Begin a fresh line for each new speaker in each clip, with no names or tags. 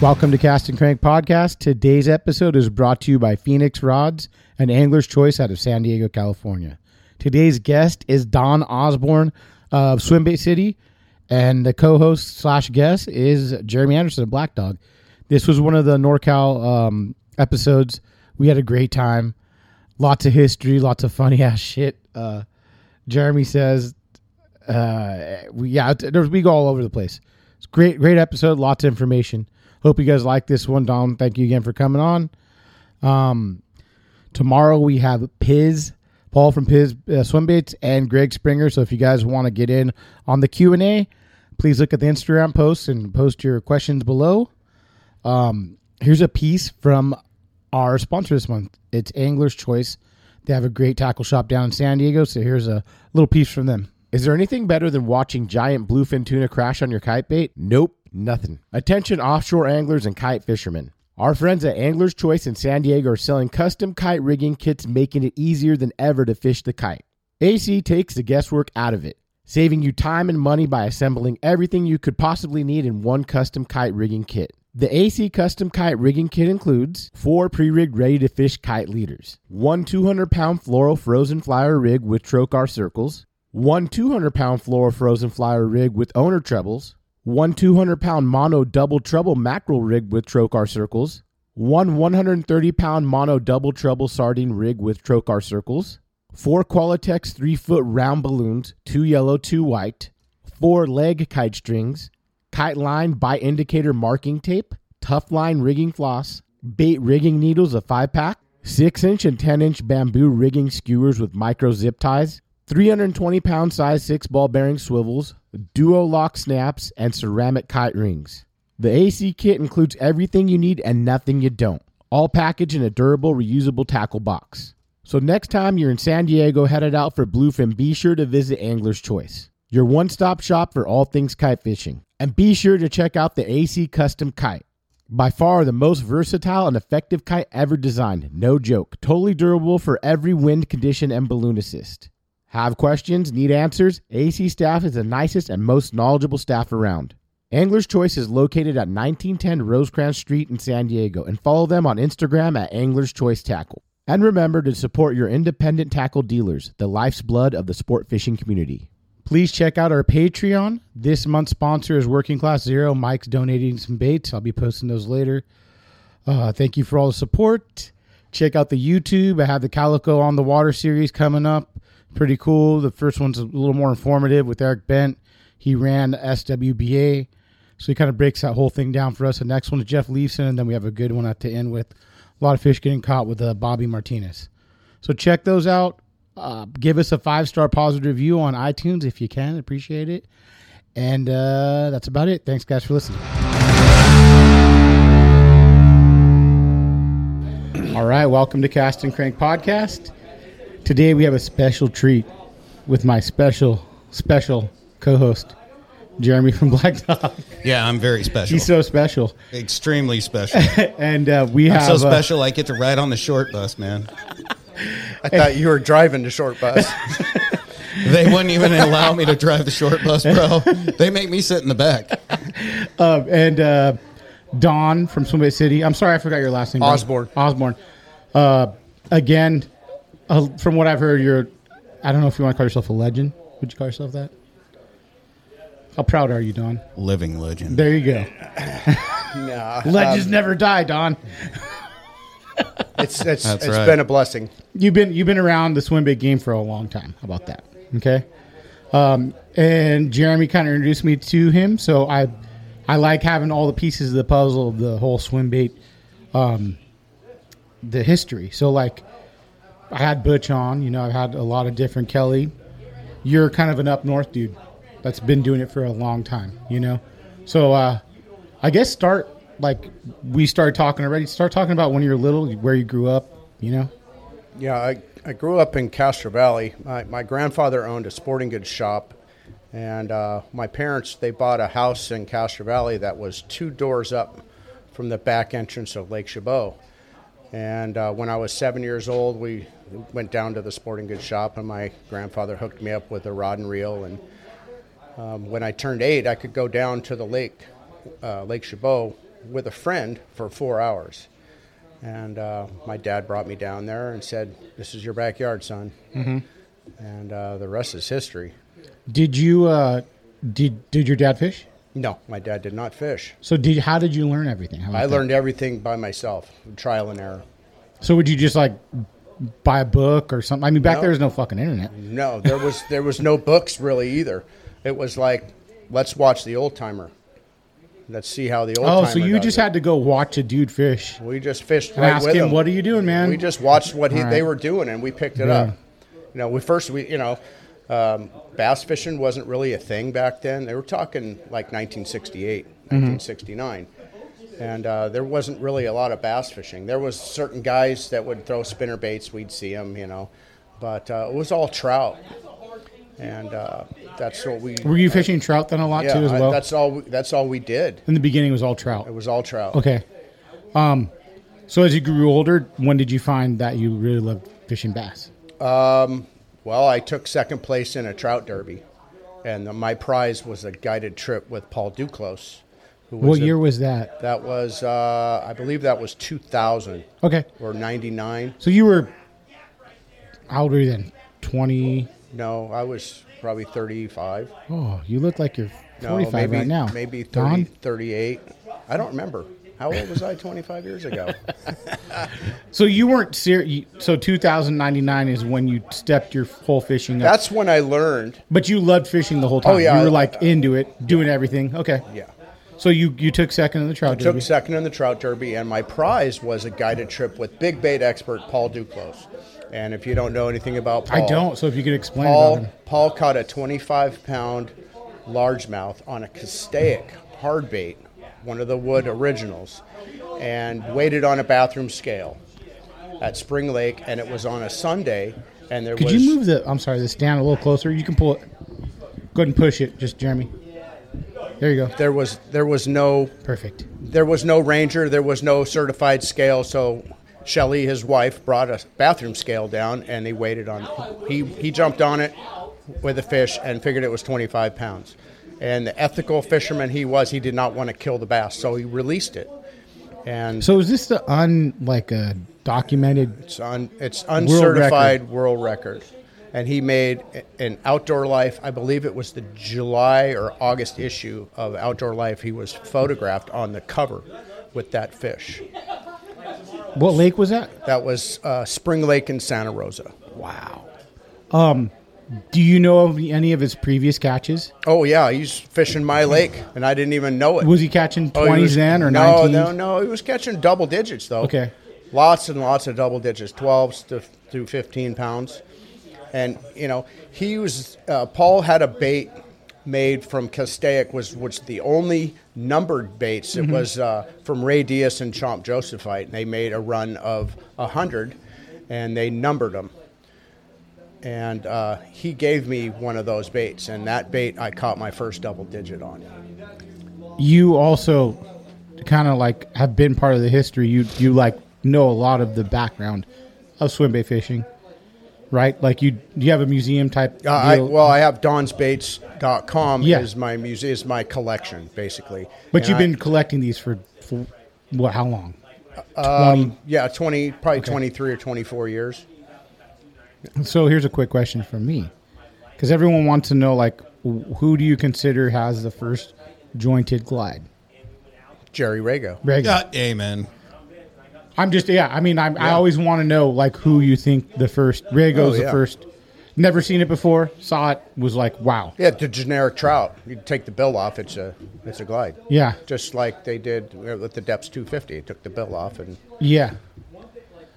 Welcome to Cast and Crank Podcast. Today's episode is brought to you by Phoenix Rods, an angler's choice out of San Diego, California. Today's guest is Don Osborne of Swim Bay City, and the co-host slash guest is Jeremy Anderson of Black Dog. This was one of the NorCal um, episodes. We had a great time. Lots of history, lots of funny ass shit. Uh, Jeremy says, uh, we, yeah, it- there- we go all over the place. It's great, great episode. Lots of information. Hope you guys like this one, Dom. Thank you again for coming on. Um, tomorrow we have Piz, Paul from Piz uh, Swim Baits, and Greg Springer. So if you guys want to get in on the Q and A, please look at the Instagram posts and post your questions below. Um, Here's a piece from our sponsor this month. It's Angler's Choice. They have a great tackle shop down in San Diego, so here's a little piece from them.
Is there anything better than watching giant bluefin tuna crash on your kite bait? Nope, nothing. Attention offshore anglers and kite fishermen. Our friends at Angler's Choice in San Diego are selling custom kite rigging kits, making it easier than ever to fish the kite. AC takes the guesswork out of it, saving you time and money by assembling everything you could possibly need in one custom kite rigging kit. The AC Custom Kite Rigging Kit includes four pre rigged ready to fish kite leaders, one 200 pound floral frozen flyer rig with trocar circles, one 200 pound floral frozen flyer rig with owner trebles, one 200 pound mono double treble mackerel rig with trocar circles, one 130 pound mono double treble sardine rig with trocar circles, four Qualitex three foot round balloons, two yellow, two white, four leg kite strings, kite line by indicator marking tape, tough line rigging floss, bait rigging needles a five pack, six inch and ten inch bamboo rigging skewers with micro zip ties, 320 pound size six ball bearing swivels, duo lock snaps, and ceramic kite rings. The AC kit includes everything you need and nothing you don't, all packaged in a durable, reusable tackle box. So next time you're in San Diego headed out for bluefin, be sure to visit Angler's Choice, your one-stop shop for all things kite fishing. And be sure to check out the AC Custom Kite. By far the most versatile and effective kite ever designed, no joke. Totally durable for every wind condition and balloon assist. Have questions, need answers? AC staff is the nicest and most knowledgeable staff around. Angler's Choice is located at 1910 Rosecrans Street in San Diego and follow them on Instagram at Angler's Choice Tackle. And remember to support your independent tackle dealers, the life's blood of the sport fishing community.
Please check out our Patreon. This month's sponsor is Working Class Zero. Mike's donating some baits. I'll be posting those later. Uh, thank you for all the support. Check out the YouTube. I have the Calico on the Water series coming up. Pretty cool. The first one's a little more informative with Eric Bent. He ran SWBA. So he kind of breaks that whole thing down for us. The next one is Jeff Leafson, and then we have a good one at the end with a lot of fish getting caught with uh, Bobby Martinez. So check those out. Uh, give us a five star positive review on iTunes if you can. Appreciate it. And uh, that's about it. Thanks, guys, for listening. All right, welcome to Cast and Crank Podcast. Today we have a special treat with my special, special co host, Jeremy from Black Dog.
Yeah, I'm very special.
He's so special.
extremely special.
And uh, we
I'm
have.
so
uh,
special. I get to ride on the short bus, man.
I thought you were driving the short bus.
They wouldn't even allow me to drive the short bus, bro. They make me sit in the back.
Uh, and uh, Don from Swim Bay City. I'm sorry, I forgot your last name. bro.
Osborne.
Osborne. Uh, again, uh, from what I've heard, you're I don't know if you want to call yourself a legend. Would you call yourself that? How proud are you, Don?
Living legend.
There you go.
Nah,
Legends
um,
never die, Don.
it's it's,
That's
it's
right.
been a blessing.
You've been you've been around the swim bait game for a long time. How about that? Okay. Um, and Jeremy kind of introduced me to him, so I I like having all the pieces of the puzzle of the whole swim bait, um, the history. So like, I had Butch on. You know, I've had a lot of different Kelly. You're kind of an up north dude that's been doing it for a long time. You know, so uh, I guess start like we started talking already. Start talking about when you were little, where you grew up. You know.
Yeah, I, I grew up in Castro Valley. My, my grandfather owned a sporting goods shop, and uh, my parents they bought a house in Castro Valley that was two doors up from the back entrance of Lake Chabot. And uh, when I was seven years old, we went down to the sporting goods shop, and my grandfather hooked me up with a rod and reel. And um, when I turned eight, I could go down to the lake, uh, Lake Chabot, with a friend for four hours. And uh, my dad brought me down there and said, "This is your backyard, son."
Mm-hmm.
And uh, the rest is history.
Did you uh, did did your dad fish?
No, my dad did not fish.
So did how did you learn everything? How about
I
that?
learned everything by myself, trial and error.
So would you just like buy a book or something? I mean, back
No.
there was no fucking internet.
No, there was there was no books really either. It was like, let's watch the old timer. Let's see how the old.
Oh, so you just had to go watch a dude fish.
We just fished
And
right
ask
with
him,
him.
"What are you doing, man?"
We just watched what he,
All
they
right.
were doing, and we picked it
Yeah.
up. You know, we first we you know, um, bass fishing wasn't really a thing back then. They were talking like 1968,
Mm-hmm.
1969, and uh, there wasn't really a lot of bass fishing. There was certain guys that would throw spinner baits. We'd see them, you know, but uh, it was all trout, and uh, that's what we.
Were you fishing trout then a lot
yeah,
too as
I-
well?
that's all. We, that's all we did.
In the beginning, it was all trout.
It was all trout.
Okay. Um, so as you grew older, when did you find that you really loved fishing bass?
Well, I took second place in a trout derby, and the, my prize was a guided trip with Paul Duclos. Who was
What
a-
year was that?
That was, uh, I believe, that was 2000
Okay.
or 99.
So you were how old were you then? Twenty.
No, I was probably 35.
Oh, you look like you're
No,
forty-five
maybe,
right now.
Maybe
Don?
30, 38. I don't remember. How old was I 25 years ago?
So you weren't serious. So 2099 is when you stepped your whole fishing up.
That's when I learned.
but you loved fishing the whole time.
Oh, yeah.
You were like into it, doing everything. Okay.
Yeah.
So you you took second in the trout derby.
Took second in the trout derby, and my prize was a guided trip with big bait expert Paul Duclos. And if you don't know anything about Paul,
I don't. So if you could explain about
Paul
him.
Paul caught a 25 pound largemouth on a castaic hard bait, one of the wood originals, and weighed it on a bathroom scale at Spring Lake, and it was on a Sunday, and there
Could
was
you move the? I'm sorry, this down a little closer. You can pull it. Go ahead and push it, just Jeremy. There you go.
there was there was no
Perfect.
there was no ranger, there was no certified scale, so. Shelly, his wife, brought a bathroom scale down, and he weighed it on. He he jumped on it with a fish and figured it was 25 pounds. And the ethical fisherman he was, he did not want to kill the bass, so he released it. And
So is this the un like a documented?
it's un, it's uncertified
record.
world record. And he made a- an Outdoor Life, I believe it was the July or August issue of Outdoor Life. He was photographed on the cover with that fish.
What lake was that?
That was uh, Spring Lake in Santa Rosa.
Um, Do you know of any of his previous catches?
Oh yeah, he's fishing my lake, and I didn't even know it.
Was he catching
Oh, he
20s
was-
then or
no,
19s?
No, no, he was catching double digits though.
Okay.
lots and lots of double digits, twelves to to fifteen pounds, and you know he was uh, Paul had a bait made from castaic was was the only numbered baits.
Mm-hmm.
It was uh, from Ray Diaz and Chomp Josephite, and they made a run of hundred, and they numbered them. And uh, he gave me one of those baits, and that bait I caught my first double digit on.
you also kind of like have been part of the history. You you like know a lot of the background of swim bait fishing, right? Like you you have a museum type.
Uh, I,
deal.
well, I have donsbates.com
Yeah.
is my muse is my collection basically.
but
And
you've
I-
been collecting these for, for what? How long?
Uh, yeah, 20 probably 23 or 24 years.
So here's a quick question from me, because everyone wants to know like wh- who do you consider has the first jointed glide?
Jerry Rago.
Reg-
God, amen.
I'm just yeah. I mean, I'm, I always want to know like who you think the first Rago's
Oh,
the
yeah.
first. Never seen it before. Saw it. Was like wow.
Yeah, the generic trout. You take the bill off. It's a it's a glide.
Yeah.
Just like they did with the Depths 250. It took the bill off and
Yeah.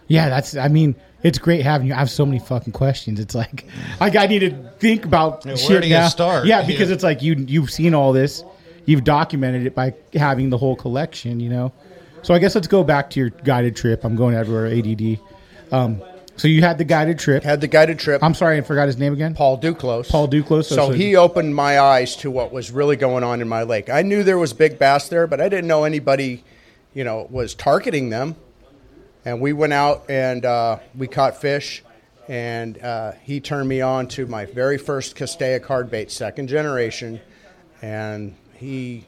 Yeah, that's. I mean, it's great having you. I have so many fucking questions. It's like, I, I need to think about
Yeah, where
shit
do you
now.
start?
Yeah, because
Yeah.
it's like you you've seen all this, you've documented it by having the whole collection. You know, so I guess let's go back to your guided trip. I'm going everywhere. ADD. Um, so you had the guided trip.
had the guided trip.
I'm sorry, I forgot his name again.
Paul Duclos.
Paul Duclos, so-
So,
so-
he opened my eyes to what was really going on in my lake. I knew there was big bass there, but I didn't know anybody, you know, was targeting them. And we went out and uh, we caught fish, and uh, he turned me on to my very first Castaic hardbait, second generation, and he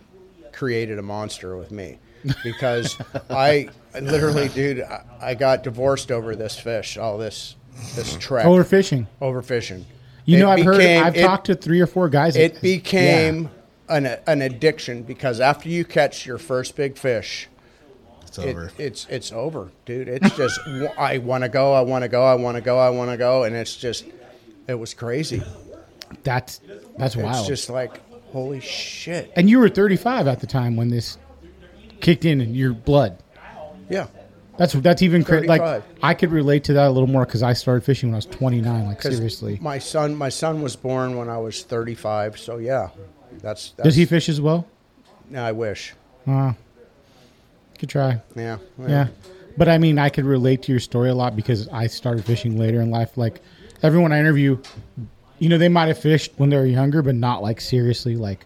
created a monster with me because I literally, dude, I, I got divorced over this fish, all this, this trash
Overfishing.
overfishing.
You
It
know, I've
became-
heard. I've
it-
talked to three or four guys. that-
It became an an addiction because after you catch your first big fish,
It's
it,
over.
it's it's over, dude. It's just w- I want to go, I want to go, I want to go, I want to go, and it's just it was crazy.
Yeah, that's that's
It's
wild.
just like holy shit.
and you were 35 at the time when this kicked in in your blood.
Yeah,
That's that's even cra- like
35.
I could relate to that a little more because I started fishing when I was 29. Like
'Cause
seriously,
My son, my son was born when I was thirty five. So yeah, that's, that's
does he fish as well? Uh,
I wish.
Could try,
Yeah,
yeah. But I mean, I could relate to your story a lot because I started fishing later in life. Like everyone I interview, you know, they might have fished when they were younger, but not like seriously. Like,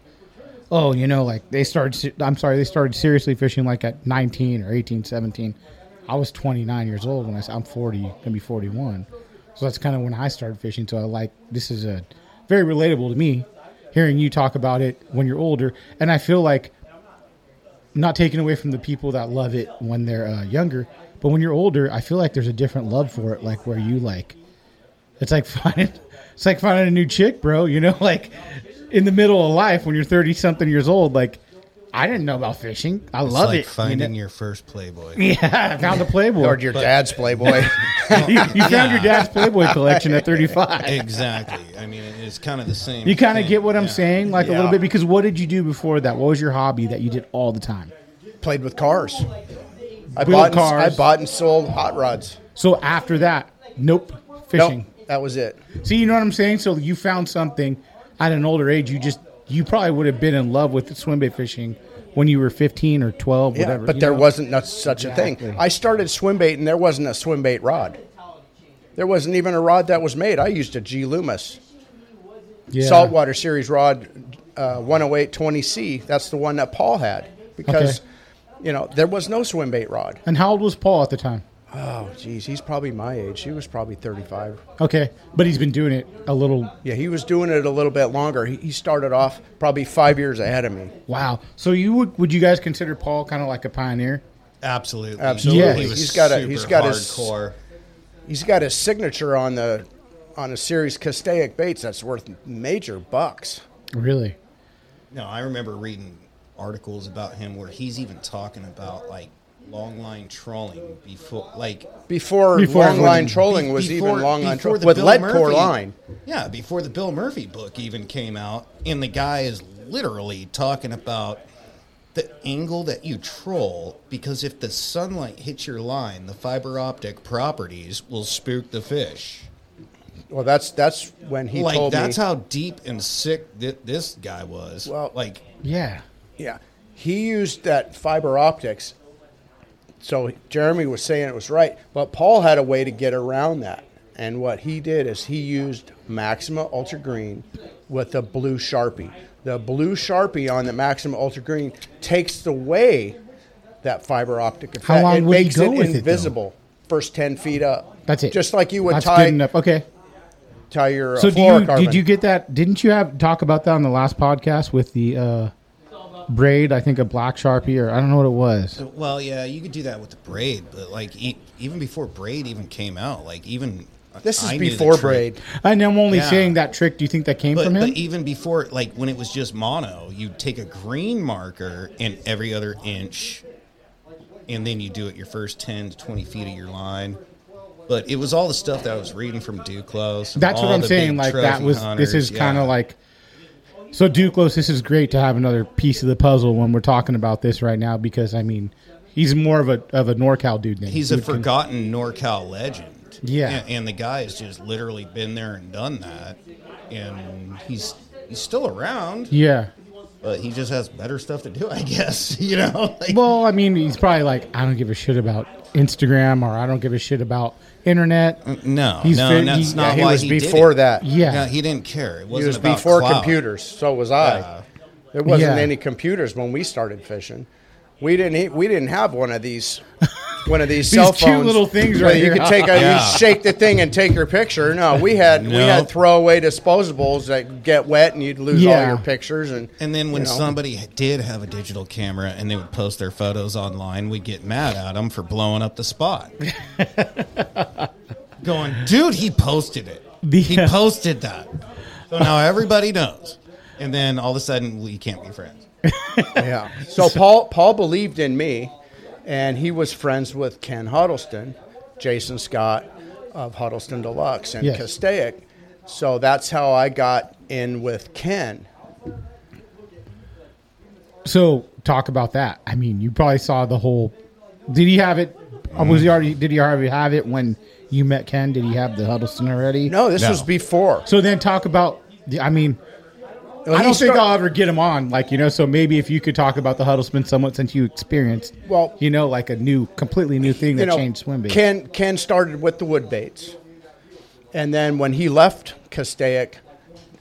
oh, you know, like they started. se- I'm sorry, they started seriously fishing like at 19 or 18, 17. I was 29 years old when I s- I'm 40, gonna be 41. So that's kind of when I started fishing. So I like this is a very relatable to me, hearing you talk about it when you're older, and I feel like not taken away from the people that love it when they're uh, younger, but when you're older, I feel like there's a different love for it. Like where you like, it's like finding, it's like finding a new chick, bro. You know, like in the middle of life when you're thirty something years old, like. I didn't know about fishing. I love it.
like
you
finding
know?
your first Playboy.
yeah, I found a Playboy.
Or your dad's Playboy.
you, you found your dad's Playboy collection at 35.
Exactly. I mean, it- it's kind of the same.
You kind of
thing.
get what I'm
Yeah.
saying, like a little
Yeah.
bit, because what did you do before that? What was your hobby that you did all the time?
played with cars. I
Wheel
bought and-
cars.
I bought and sold hot rods.
So after that, nope, fishing.
Nope, that was it.
See, you know what I'm saying? So you found something at an older age. You just you probably would have been in love with swimbait fishing when you were 15 or 12,
Yeah,
whatever.
but
you
there
know?
wasn't not such a
Exactly.
thing. I started swim bait, and there wasn't a swim bait rod. There wasn't even a rod that was made. I used a G Loomis
Yeah.
saltwater series rod, uh, 108 20C. That's the one that Paul had because,
Okay.
you know, there was no swim bait rod.
And how old was Paul at the time?
Oh, geez, he's probably my age. He was probably 35.
Okay, but he's been doing it a little.
Yeah, he was doing it a little bit longer. He, he started off probably five years ahead of me.
Wow. So you would would you guys consider Paul kind of like a pioneer?
Absolutely.
Absolutely.
Yeah.
He was
He's got a-
super
he's got his-
hardcore.
He's got his signature on the on a series Castaic baits that's worth major bucks.
Really?
No, I remember reading articles about him where he's even talking about like long line trawling before, like
Before,
Before
long
everyone-
line trolling was even long line
before
trolling
the
with
Bill
lead core
Murphy-
line.
Yeah, before the Bill Murphy book even came out, and the guy is literally talking about the angle that you troll because if the sunlight hits your line, the fiber optic properties will spook the fish.
Well, that's that's when he
like
told
that's
me.
how deep and sick th- this guy was.
Well-
like
Yeah.
yeah, he used that fiber optics. So Jeremy was saying it was right, but Paul had a way to get around that. And what he did is he used Maxima Ultra Green with a blue sharpie. The blue sharpie on the Maxima Ultra Green takes away that fiber optic effect.
How long
it
would he
makes
go
it
with it, though?
invisible first ten feet up.
That's it.
Just like you would
That's
tie
good enough. Okay.
tie your uh,
So do you,
fluorocarbon.
did you get that? Didn't you have talk about that on the last podcast with the uh, braid? I think a black sharpie, or I don't know what it was.
Well, yeah, you could do that with the braid, but like e- even before braid even came out, like even
This is
I knew the
before
trick.
braid.
And I'm only
Yeah.
saying that trick. Do you think that came
But, e-
from
but
him?
even before, like when it was just mono, you take a green marker and every other inch, and then you do it your first 10 to 20 feet of your line. But it was all the stuff that I was reading from Duclos. and
That's
all
what I'm
the
saying.
big
Like that
trophy
was.
hunters,
this is
yeah.
kind of like. So Duclos, this is great to have another piece of the puzzle when we're talking about this right now because I mean, he's more of a of a NorCal dude than
He's a forgotten NorCal legend.
Yeah.
And, and the guy has just literally been there and done that. And he's he's still around,
yeah.
but he just has better stuff to do, I guess. You know? Like,
Well, I mean, he's probably like, I don't give a shit about Instagram or I don't give a shit about internet.
no,
He's
no,
fit-
and that's
he-
not
he
why
was
did
before
it.
that.
Yeah.
No, he didn't care. It wasn't
It was
about
before
clout. Uh,
computers, so was I.
Yeah.
There wasn't
Yeah.
any computers when we started fishing. We didn't. e- We didn't have one of these. One of these,
These
cell
cute
phones.
little things
where
right
You
here.
could take a,
Yeah.
you shake the thing and take your picture. No, we had we
No.
had throwaway disposables that get wet and you'd lose all
Yeah.
your pictures. And
And then when
you know.
somebody did have a digital camera and they would post their photos online, we'd get mad at them for blowing up the spot. Going, dude, he posted it.
The-
he posted that. So now everybody knows. And then all of a sudden, we can't be friends.
yeah. So Paul Paul believed in me, and he was friends with Ken Huddleston, Jason Scott of Huddleston Deluxe and
Yes.
Castaic. So that's how I got in with Ken.
So talk about that. I mean, you probably saw the whole. Did he have it? Or was he already? Did he already have it when you met Ken? Did he have the Huddleston already?
No, this
No.
was before.
So then talk about. the- I mean, I don't think I'll ever get him on. Like you know, so maybe if you could talk about the Huddleston somewhat since you experienced,
Well-
you know, like a new, completely new thing that changed swim bait.
Ken Ken started with the wood baits, and then when he left Castaic,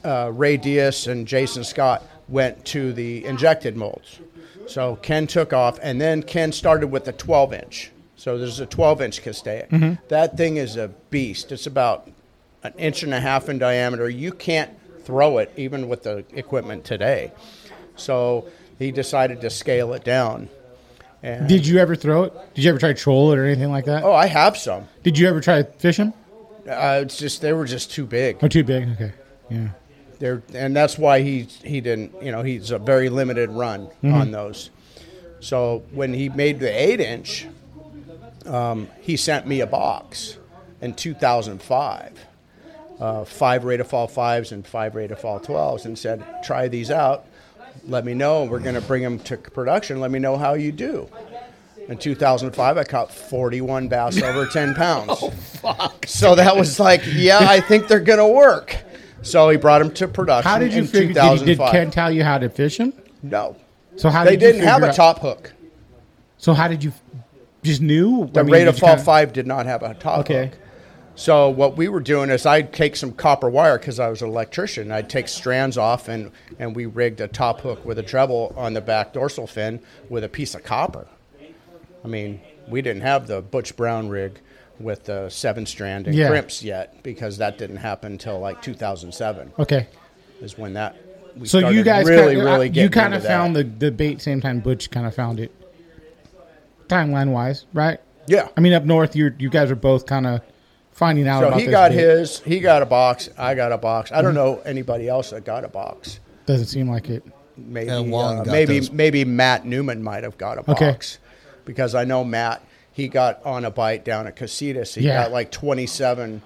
uh, Ray Diaz and Jason Scott went to the injected molds. So Ken took off, and then Ken started with the 12 inch. So there's a 12 inch Castaic.
Mm-hmm.
That thing is a beast. It's about an inch and a half in diameter. You can't throw it even with the equipment today. So he decided to scale it down. And
Did you ever throw it? Did you ever try to troll it or anything like that?
oh, I have some.
Did you ever try to fish him?
Uh, it's just they were just too big.
Or too big? Okay. Yeah.
They're, and that's why he he didn't. You know, he's a very limited run on those. So when he made the eight inch, um, he sent me a box in 2005, uh, five rate of fall fives and five rate of fall twelves, and said, "Try these out. Let me know. We're going to bring them to production. Let me know how you do." In 2005, I caught 41 bass over 10 pounds. oh, fuck. So that was like, yeah, I think they're going to work. So he brought them to production.
How did you
in
figure? Did, he,
2005.
did Ken tell you how to fish him?
No.
So how
They
did you
didn't have
figure
a
out-
top hook.
So how did you just knew
The rate of fall five did not have a top
Okay.
hook. So what we were doing is I'd take some copper wire because I was an electrician. I'd take strands off and, and we rigged a top hook with a treble on the back dorsal fin with a piece of copper. I mean, we didn't have the Butch Brown rig with the seven strand and
Yeah.
crimps yet because that didn't happen until like 2007
Okay.
is when that. We
So you
started
guys
really,
kinda,
really
you
getting
kind of
into
found
that.
the the bait same time Butch kind of found it. Timeline wise, right?
yeah.
I mean, up north, you you guys are both kind of finding out.
So
about this
he
Mm-hmm.
got
bait.
his, he got a box, I got a box. I don't know anybody else that got a box.
Doesn't seem like it.
Maybe
And Wong
uh,
got
maybe
those.
maybe Matt Newman might have got a box
Okay.
because I know Matt. He got on a bite down at Casitas. He
Yeah.
got like twenty seven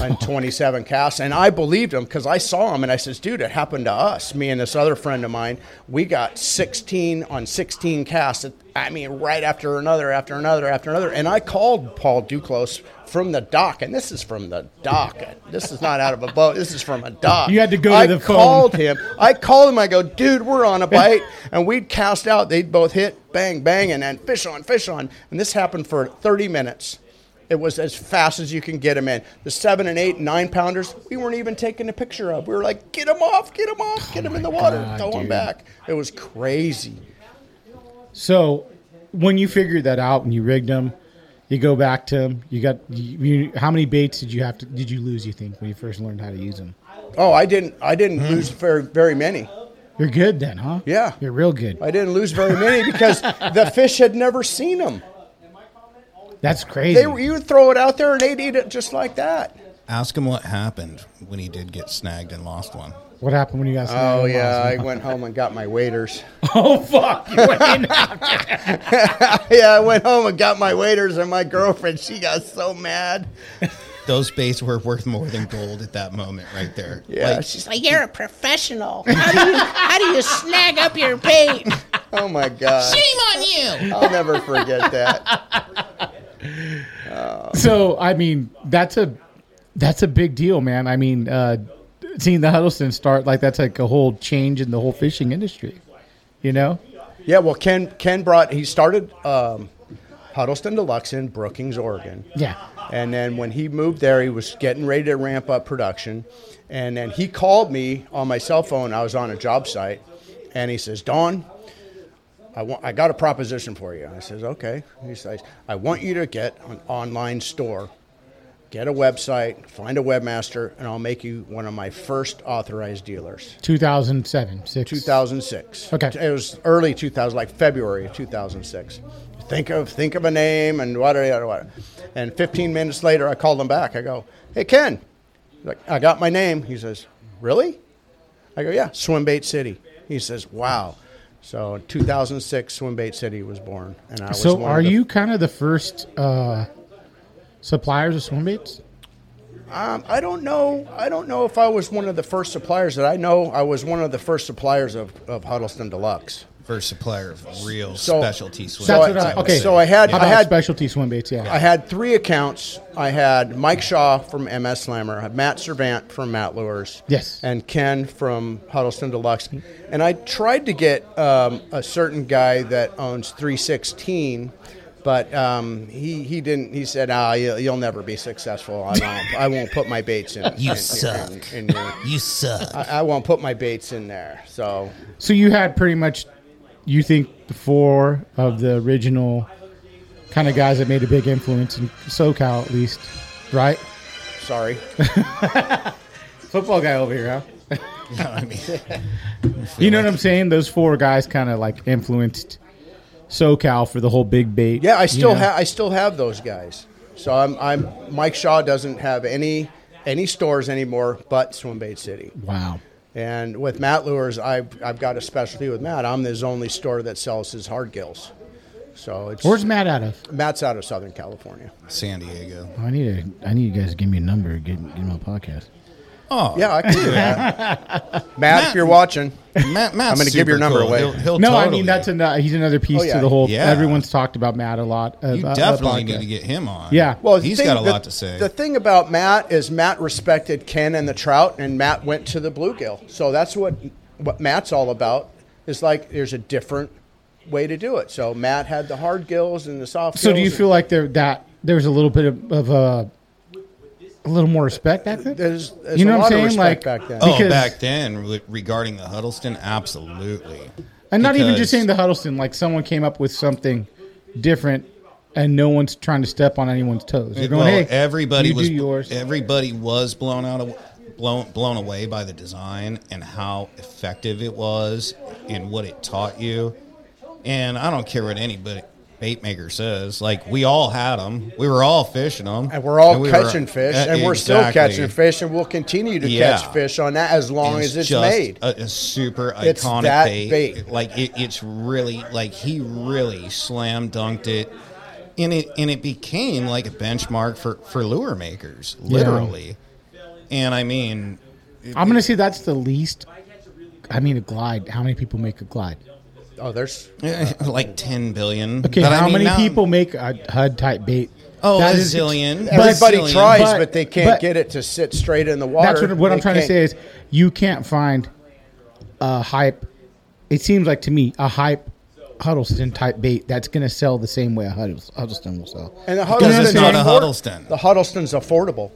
and twenty seven casts, and I believed him because I saw him and I says, "Dude, it happened to us." Me and this other friend of mine, we got sixteen on sixteen casts. I mean, right after another, after another, after another, and I called Paul Duclos from the dock, and this is from the dock. This is not out of a boat. This is from a dock.
You had to go to
I
the phone.
called him. I called him. I go, dude, we're on a bite, and we'd cast out. They'd both hit, bang, bang, and then fish on, fish on. And this happened for 30 minutes. It was as fast as you can get them in. The seven and eight, nine pounders, we weren't even taking a picture of. We were like, get them off, get them off, get them in the water,
God,
throw them
dude.
back. It was crazy.
So when you figured that out and you rigged them, you go back to them. You got you, you, how many baits did you have to? Did you lose? You think when you first learned how to use them?
Oh, I didn't, I didn't lose very, very many.
You're good then, huh?
Yeah.
you're real good.
I didn't lose very many because the fish had never seen them.
That's crazy.
e They were, you would throw it out there and they'd eat it just like that.
Ask him what happened when he did get snagged and lost one.
What happened when you guys?
Oh yeah, I went home and got my waiters.
oh fuck! You went in-
yeah, I went home and got my waiters, and my girlfriend she got so mad.
Those baits were worth more than gold at that moment, right there.
Yeah,
Like,
she's like,
Like you're a professional. How do you how do you snag up your bait?
oh my god,
Shame on you.
I'll never forget that.
so I mean, that's a that's a big deal, man. I mean, uh, seeing the Huddleston start like that's like a whole change in the whole fishing industry. You know?
Yeah, well, Ken Ken brought he started um, Huddleston Deluxe in Brookings, Oregon.
Yeah.
And then when he moved there, he was getting ready to ramp up production. And then he called me on my cell phone. I was on a job site, and he says, "Don, I want I got a proposition for you." I says, "Okay." He says, "I want you to get an online store, get a website, find a webmaster, and I'll make you one of my first authorized dealers."
2007, six.
2006.
Okay.
It was early 2000, like February of 2006. Think of think of a name and what what what. And 15 minutes later, I called him back. I go, "Hey Ken, He's like I got my name." He says, "Really?" I go, "Yeah, Swimbait City." He says, "Wow." So in 2006, Swimbait City was born, and I was.
So
one
are
of the-
you kind of the first uh, suppliers of swim baits?
Um, I don't know. I don't know if I was one of the first suppliers that I know. I was one of the first suppliers of, of Huddleston Deluxe.
first supplier of real
So-
specialty swim.
That's
I-
what I,
would
okay.
say. So I had-
How
I
about
had-
specialty swim baits. Yeah.
I had three accounts. I had Mike Shaw from MS Slammer, I had Matt Servant from Matt Lures,
Yes.
and Ken from Huddleston Deluxe. And I tried to get um, a certain guy that owns 316, but um, he he didn't. He said, "Ah, you, you'll never be successful. I won't. I won't put my baits in.
You
in-
suck.
in- in your-
You suck.
I, I won't put my baits in there." So
so you had pretty much, you think the four of the original kind of guys that made a big influence in SoCal, at least, right?
sorry.
Football guy over here, huh?
You know what I mean?
You know what I'm saying? Those four guys kind of like influenced SoCal for the whole big bait.
Yeah, I still
you know?
have I still have those guys. So I'm I'm Mike Shaw doesn't have any any stores anymore but Swimbait City.
Wow.
And with Matt Lures, I've I've got a specialty with Matt. I'm his only store that sells his hard gills. So it's
Where's Matt oh, out of?
Matt's out of Southern California.
San Diego.
I need a, I need you guys to give me a number. Get get him on the podcast.
Oh
Yeah, I can do that. Matt, if you're watching,
Matt, Matt's
I'm gonna give your
super
number
cool.
away.
He'll, he'll
No, I
Oh, totally,
mean that's another. He's another piece
Oh, yeah.
to the whole.
Yeah.
Everyone's talked about Matt a lot. uh,
You
uh,
definitely
podcast.
need to get him on.
Yeah.
well, the
he's
thing-
got a
the-
lot to say.
The thing about Matt is Matt respected Ken and the trout, and Matt went to the bluegill. So that's what what Matt's all about. Is like there's a different way to do it. So Matt had the hard gills and the soft.
So do you
gills.
feel like there that there's a little bit of, of uh, a little more respect back then?
There's- there's
you
a
know what
lot
I'm
of
saying? Like
respect back then.
oh,
because-
back then re- regarding the Huddleston, absolutely.
and not even
Because-
just saying the Huddleston. Like someone came up with something different, and no one's trying to step on anyone's toes. They're going,
well,
hey,
everybody
you
was
do yours.
everybody was blown out of blown blown away by the design and how effective it was and what it taught you. And I don't care what anybody bait maker says. Like we all had them. We were all fishing them,
And we're all
we were-
catching fish,
Uh,
and we're still
exactly.
catching fish, and we'll continue to
Yeah.
catch fish on that as long as it's
just
made.
A, a super
It's
iconic
that
bait.
bait.
Like it, it's really like he really slam dunked it, and it and it became like a benchmark for for lure makers, literally. And I mean,
I'm going to say that's the least. I mean, a glide. How many people make a glide?
oh, there's
eh, like ten billion.
Okay,
But I
how
mean,
many
now-
people make a HUD type bait?
Oh,
That
a
is-
zillion.
But-
everybody
Brazilian.
tries,
but-
but, they can't
but-
get it to sit straight in the water.
That's what, what I'm
They
trying to
can't-
say is you can't find a hype. It seems like to me a hype Huddleston type bait that's going to sell the same way a Huddles- Huddleston will sell.
And the
Because
Huddleston's
it's not a
afford-
Huddleston.
The Huddleston's affordable.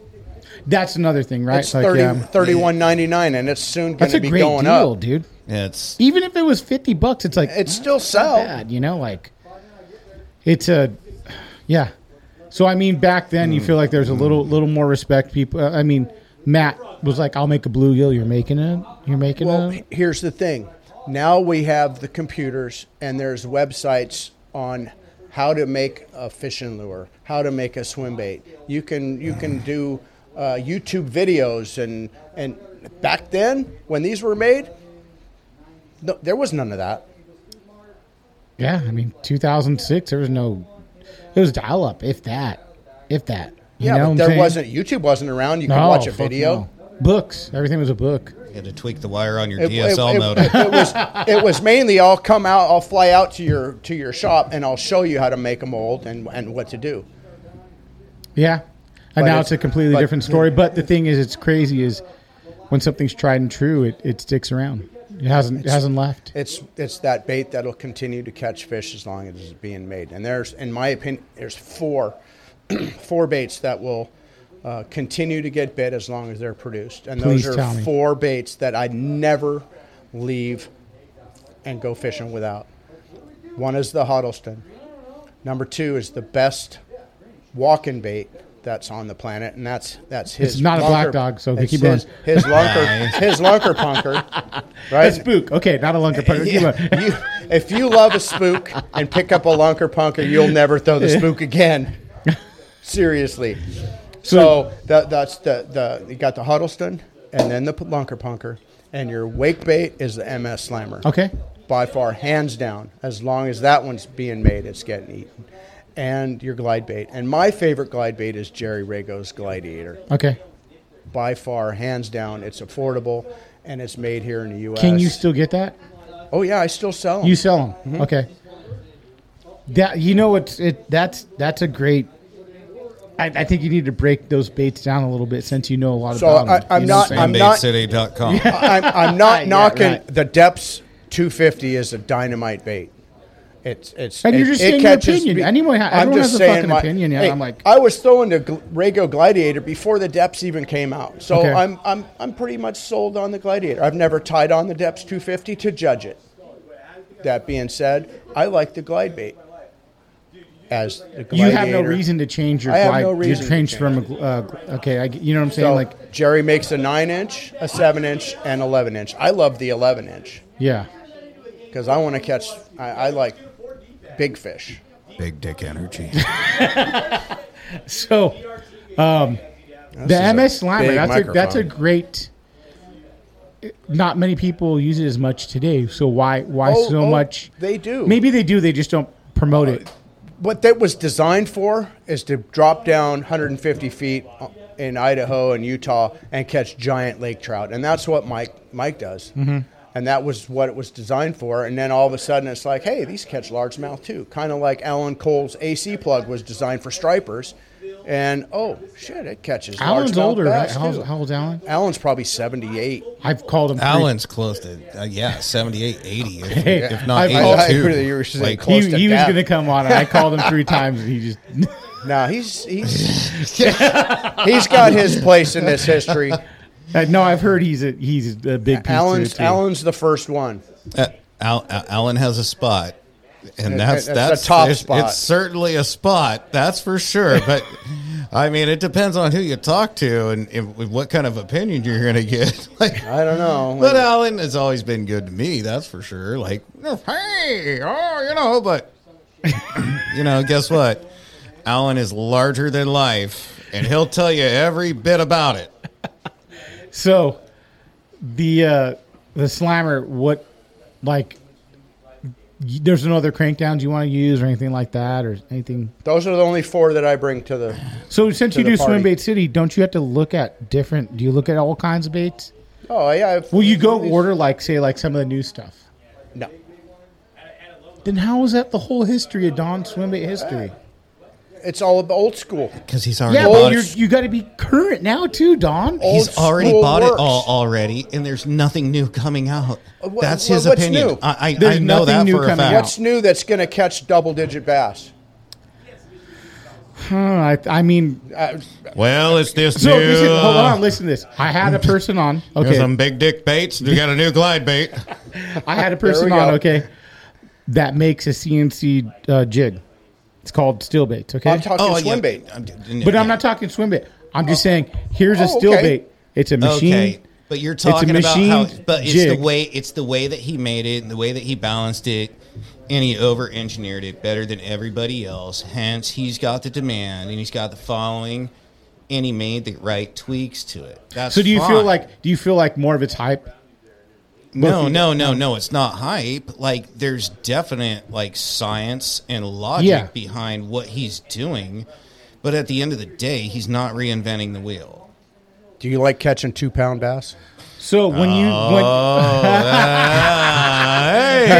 That's another thing, right?
It's
Like,
thirty
yeah.
thirty one ninety nine, and it's soon going
that's a
to be
great
going
deal,
up.
dude.
It's
Even if it was 50 bucks, it's like
It still
not
sell.
bad, you know, like it's a yeah. So I mean, back then
Hmm.
you feel like there's a little little more respect. People, I mean, Matt was like, "I'll make a bluegill. You're making a, you're making
Well,
a."
here's the thing. Now we have the computers, and there's websites on how to make a fishing lure, how to make a swim bait. You can you can do uh, YouTube videos and and back then when these were made, no, there was none of that.
Yeah, I mean, 2006, there was no, it was dial up, if that, if that. You know
yeah,
what
but
I'm
there
saying?
wasn't YouTube wasn't around. You could
No,
watch a
fuck
video.
no. Books. Everything was a book.
You had to tweak the wire on your
It- it-
DSL
it-
mode.
It, was it was mainly I'll come out, I'll fly out to your to your shop, and I'll show you how to make a mold and and what to do.
Yeah. And
But
now
it-
it's a completely
but-
different story. But the thing is, it's crazy is when something's tried and true, it, it sticks around. It hasn't it hasn't left.
It's it's that bait that'll continue to catch fish as long as it's being made. And there's, in my opinion, there's four four baits that will uh, continue to get bit as long as they're produced. And
Please
those
tell
are
me.
four baits that I never leave and go fishing without. One is the Huddleston. Number two is the best walking bait that's on the planet, and that's that's his.
It's not a black
lunker-
dog, so we
it's
keep
his,
going.
his lunker, his lunker punker, right?
That's spook. Okay, not a lunker. But keep on.
you, if you love a spook and pick up a lunker punker, you'll never throw the spook again. Seriously. So that, that's the, the you got the Huddleston and then the p- lunker punker, and your wake bait is the MS Slammer.
Okay.
By far, hands down. As long as that one's being made, it's getting eaten. And your glide bait. And my favorite glide bait is Jerry Rago's Gladiator.
Okay.
By far, hands down, it's affordable and it's made here in the U.S.
Can you still get that?
Oh, yeah, I still sell them.
You sell them.
Mm-hmm.
Okay. That you know it's it that's that's a great. I, I think you need to break those baits down a little bit since you know a lot
So
about them.
I- I'm
you know what
I'm not-
SandBaitCity.com.
I'm, I'm not
Right, yeah,
knocking
right.
the depths. 250 is a dynamite bait. It's it's
And you're
it-
just
it
saying your
catches
opinion.
me-
Anyone ha-
I'm
everyone
just
has a
saying
fucking opinion, yeah,
hey,
I'm like-
I was throwing the Gl- Rago Gladiator before the depths even came out, so
Okay.
I'm I'm I'm pretty much sold on the Gladiator. I've never tied on the depths 250 to judge it. That being said, I like the glide bait as the
You
Gladiator.
have no reason to change your.
I have
glide-
no
you
reason to
change
change.
from a. gl- Uh, gl- okay, I, get- you know what I'm saying?
So
like
Jerry makes a nine inch, a seven inch, and eleven inch. I love the eleven inch.
yeah.
because I want to catch. I, I like big fish.
Big dick energy.
So um,
This is
the
a
MS Slimer.
big
That's a, that's a
microphone.
great. Not many people use it as much today. So why why
Oh,
so
oh,
much?
they do.
Maybe they do. They just don't promote it.
What that was designed for is to drop down 150 feet uh, in Idaho and Utah and catch giant lake trout, and that's what Mike Mike does.
Mm-hmm.
And that was what it was designed for. And then all of a sudden, it's like, hey, these catch largemouth too. Kind of like Alan Cole's AC plug was designed for stripers, and oh shit, it catches.
Alan's
largemouth
older. Right?
bass, too.
How, how old's Alan?
Alan's probably 78.
I've called him. three-
Alan's close to, uh, yeah, 78, 80, if, if not
I've- I-
I
82.
agree that you were saying
like,
close
he,
to
he was
death.
going to come on, and I called him three times, and he just
No, he's he's he's got his place in this history.
Uh, no. I've heard he's a he's a big piece to it
Alan's
too.
Alan's the first one.
uh, Al, Al- Alan has a spot. And
It-
that's
it's a
that's
top
it's-
spot.
It's certainly a spot, that's for sure. But I mean, it depends on who you talk to and, and what kind of opinion you're going to get. Like,
I don't know.
But
uh,
Alan has always been good to me, that's for sure. Like, hey, oh, you know, but you know, guess what? Alan is larger than life, and he'll tell you every bit about it.
So, the uh, the slimer, what like? y- There's no other crankdowns you want to use or anything like that or anything.
Those are the only four that I bring to the.
So since
To
you
the
do
party.
swim bait city, don't you have to look at different? Do you look at all kinds of baits?
Oh yeah. I've-
Will you go order like say like some of the new stuff?
No.
Then how is that the whole history of Don swim bait history?
It's all about old school.
Because he's already
Yeah, but
bought
you're,
it.
you got to be current now too, Don.
Old
He's already
school
bought it
works.
all already, and there's nothing new coming out.
Uh,
wha-
That's
wha-
his
what's
opinion.
new?
I, I, I
There's
know
nothing
that
new
for a
coming
fact.
out.
What's new that's going to catch double digit bass?
Huh, I, I mean,
Well, it's this
so
new.
listen, hold
uh,
on, listen to this. I had a person on.
there's
Okay,
some big dick baits. and You got a new glide bait.
I had a person
we
on,
go.
okay, that makes a CNC uh, jig. It's called steel baits, okay?
I'm talking
Oh, yeah.
swim bait.
but I'm not talking swim bait. I'm just saying, here's a
Oh,
steel
okay.
bait. It's a machine.
Okay, but you're
It's a
talking about how,
machined
but it's
jig.
the way it's the way that he made it, and the way that he balanced it, and he over engineered it better than everybody else. Hence, he's got the demand and he's got the following, and he made the right tweaks to it. That's
So do you feel
fine.
like do you feel like more of it's hype?
no, no, no,
um,
no, it's not hype. Like there's definite like science and logic
Yeah.
behind what he's doing, but at the end of the day, he's not reinventing the wheel.
Do you like catching two pound bass?
So when you
Oh.
when,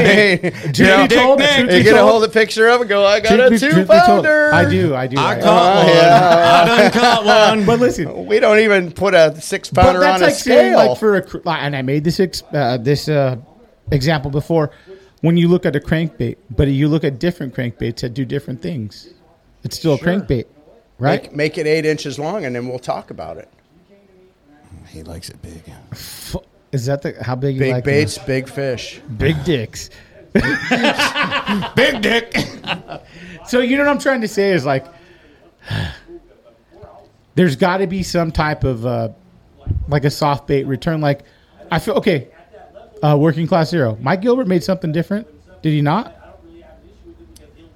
Hey,
truth be told,
Nick,
truth
you
be
get a
told-
hold of the picture up and go, I got
truth
a
be-
two
truth be told,
pounder.
I do, I do.
I
I
caught one. I done caught one.
but listen,
We don't even put a six
but
pounder on
that's
a
like saying
scale.
like for a cr- like, and I made this ex, uh, this uh, example before. When you look at a crankbait, but you look at different crankbaits that do different things, it's still a crankbait, right?
make, make it eight inches long, and then we'll talk about it.
He likes it big.
Is that the how big? you
Big
like them?
baits, big fish.
big dicks.
Big dick.
So you know what I'm trying to say is like, there's got to be some type of uh, like a soft bait return. Like, I feel okay. Uh, working class hero. Mike Gilbert made something different. Did he not?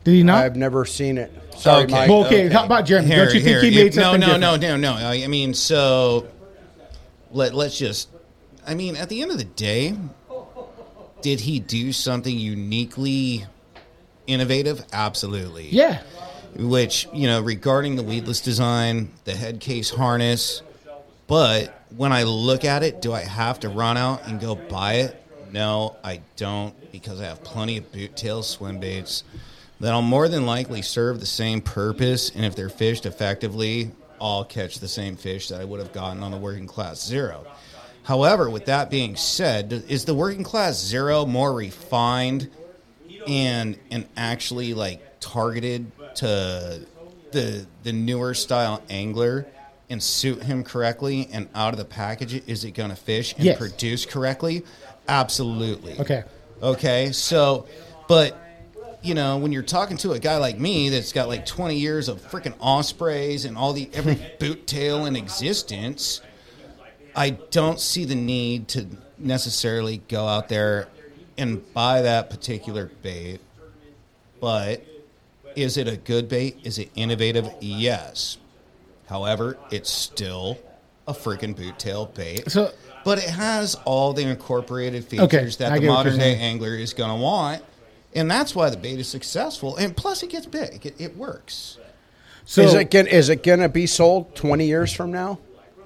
Did he not?
I've never seen it. Sorry,
Uh, Okay.
Mike.
Well, okay, how about Jeremy?
Here,
Don't you think he
here.
made
If- no,
something
no,
different?
no, no, no, I I mean, so let let's just. I mean, at the end of the day, did he do something uniquely innovative? Absolutely.
yeah.
Which you know, regarding the leadless design, the head case harness, but when I look at it, do I have to run out and go buy it? No, I don't because I have plenty of boot tail swim baits that'll more than likely serve the same purpose. And if they're fished effectively, I'll catch the same fish that I would have gotten on the working class zero. However, with that being said, is the working class zero more refined and and actually like targeted to the the newer style angler and suit him correctly and out of the package is it going to fish and
Yes.
produce correctly absolutely
Okay.
okay so but you know when you're talking to a guy like me that's got like 20 years of freaking ospreys and all the every boot tail in existence I don't see the need to necessarily go out there and buy that particular bait. But is it a good bait? Is it innovative? Yes. However, it's still a freaking boot tail bait.
So-
but it has all the incorporated features
Okay,
that
I get what
the
you're
modern day
saying.
angler is going to want. And that's why the bait is successful. And plus, it gets big, it, it works.
So
is it gonna, is it gonna be sold twenty years from now,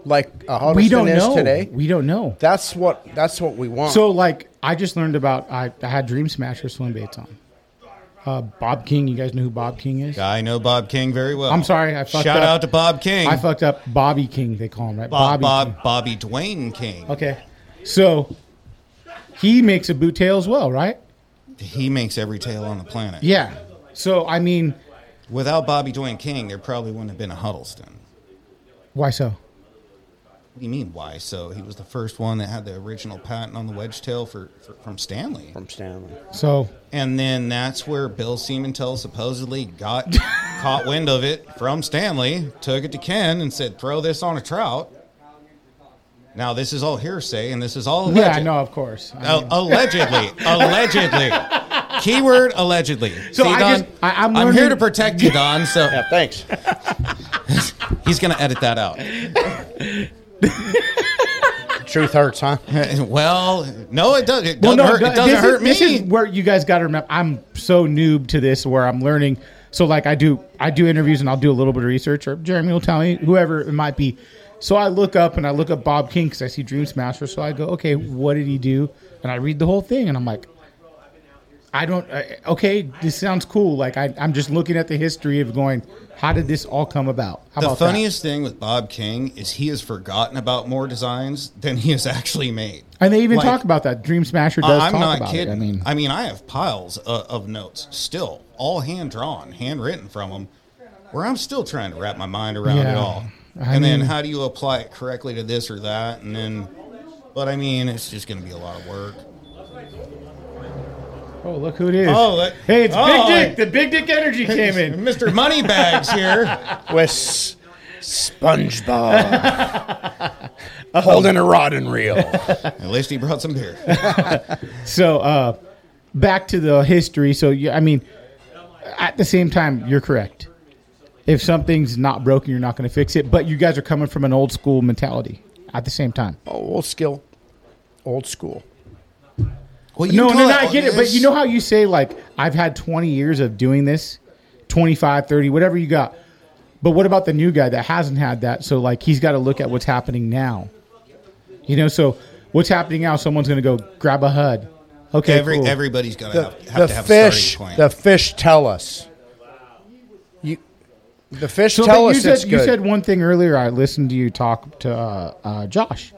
like a Huddleston
we don't
is
know.
today?
We don't know.
that's what that's what we want.
So like I just learned about I, I had Dream Smasher swim baits on. Uh, Bob King, you guys know who Bob King is?
I know Bob King very well.
I'm sorry, I fucked
Shout
up.
out to Bob King.
I fucked up Bobby King, they call him, right?
Bob, Bob,
King.
Bobby Dwayne King.
Okay. So he makes a boot tail as well, right?
He makes every tail on the planet.
Yeah. So I mean
Without Bobby Dwayne King, there probably wouldn't have been a Huddleston. What
why so?
do you mean why? So he was the first one that had the original patent on the wedge tail for, for from Stanley,
from Stanley,
So
and then that's where Bill Seamantel supposedly got caught wind of it from Stanley, took it to Ken, and said, "Throw this on a trout." Now this is all hearsay, and this is all
yeah,
alleged.
no, of course. I
Al-
mean-
allegedly, allegedly. Keyword allegedly.
So I just- I- I'm
I'm here
learning-
to protect you, Don. So
thanks.
he's gonna edit that out.
Truth hurts, huh?
Well, no, it does. It doesn't
Well, no,
hurt. It
th-
doesn't
this
hurt
is,
me.
This is where you guys got to remember. I'm so noob to this, where I'm learning. So, like, I do, I do interviews, and I'll do a little bit of research, or Jeremy will tell me, whoever it might be. So I look up and I look up Bob King because I see Dream Smasher. So I go, okay, what did he do? And I read the whole thing, and I'm like, I don't. Uh, okay, this sounds cool. Like I, I'm just looking at the history of going, how did this all come about? How
the
about that?
funniest thing with Bob King is he has forgotten about more designs than he has actually made.
and they even
like-
talk about that. Dream Smasher does
I- Uh, I'm
talk
not
about
kidding.
it. I mean,
I mean, I have piles of, of notes still, all hand drawn, handwritten from him, where I'm still trying to wrap my mind around it
Yeah.
all.
I
and then
mean-
how do you apply it correctly to this or that? And then, but I mean, it's just going to be a lot of work.
oh look who it is.
Oh, that-
hey, it's
oh,
Big Dick. The Big Dick Energy came in.
Mr. Moneybags here.
With S- SpongeBob holding a rod and reel.
At least he brought some beer.
So uh, back to the history. So yeah, I mean, at the same time, you're correct. if something's not broken, you're not going to fix it. But you guys are coming from an old school mentality at the same time.
Oh, Old skill, old school.
Well,
no,
can
no,
call
no, I get it. But you know how you say, like, I've had 20 years of doing this, 25, 30, whatever you got. But what about the new guy that hasn't had that? So, like, he's got to look at what's happening now. You know, so what's happening now? Someone's going to go grab a HUD. Okay.
every
cool.
everybody's got to
The,
have, have
the
to have
fish,
a starting point.
the fish tell us. You, the fish
So,
tell
but
us
you said,
it's
you
good.
said one thing earlier. I listened to you talk to uh, uh, Josh.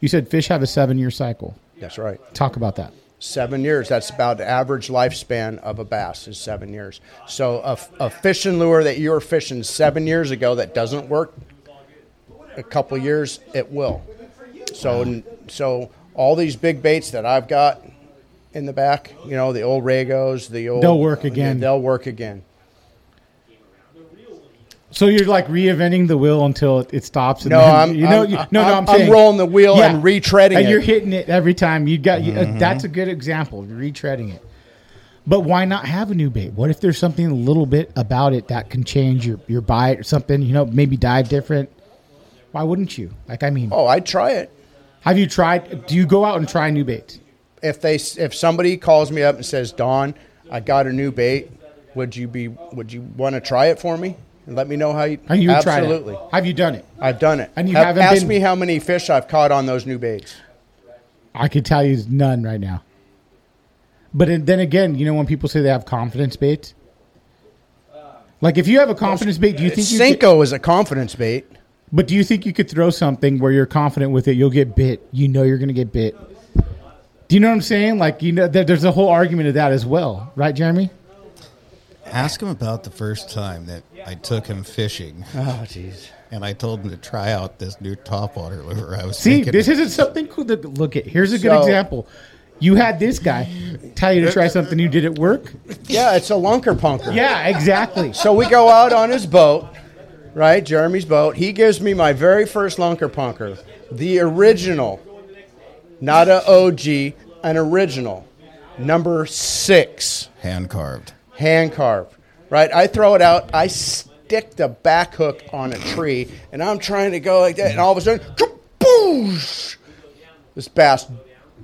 You said fish have a seven year cycle.
That's right.
Talk about that.
Seven years. That's about the average lifespan of a bass is seven years. So a, f- a fishing lure that you were fishing seven years ago that doesn't work, a couple years it will. So n- so all these big baits that I've got in the back, you know, the old Ragos, the old
They'll work again.
They'll work again.
So you're like reinventing the wheel until it, it stops. And
No,
then-
I'm-
you know,
I'm-
you, no, no.
I'm-
I'm,
I'm
saying-
rolling the wheel and retreading
and
it. Mm-hmm.
you're hitting it every time. You got you, uh, that's a good example, retreading it. But why not have a new bait? What if there's something a little bit about it that can change your your bite or something? You know, maybe dive different. Why wouldn't you? Like, I mean,
Oh, I'd try it.
have you tried? Do you go out and try new baits?
if they if somebody calls me up and says, "Don, I got a new bait. Would you be would you want to try it for me and let me know how you?"
Have you tried it?
absolutely.
Have you done it?
I've done it.
And you
Have-
haven't
ask
been-
me how many fish I've caught on those new baits.
I could tell you none right now. But it- then again, you know when people say they have confidence baits, like if you have a confidence bait, do you think you could,
Cinco is a confidence bait.
but do you think you could throw something where you're confident with it? You'll get bit. You know you're going to get bit. Do you know what I'm saying? Like you know, there, there's a whole argument of that as well, right, Jeremy?
Ask him about the first time that I took him fishing,
Oh, jeez.
and I told him to try out this new topwater lure. I was
See,
thinking
this isn't something cool. That, look at here's a good
So-
example. You had this guy tell you to try something new. Did it work?
Yeah, it's a lunker punker.
Yeah, exactly.
So we go out on his boat, right? Jeremy's boat. He gives me my very first lunker punker, the original, not a OG, an original, number six.
hand carved.
hand carved, right? I throw it out. I stick the back hook on a tree, and I'm trying to go like that, and all of a sudden, kaboosh! This bass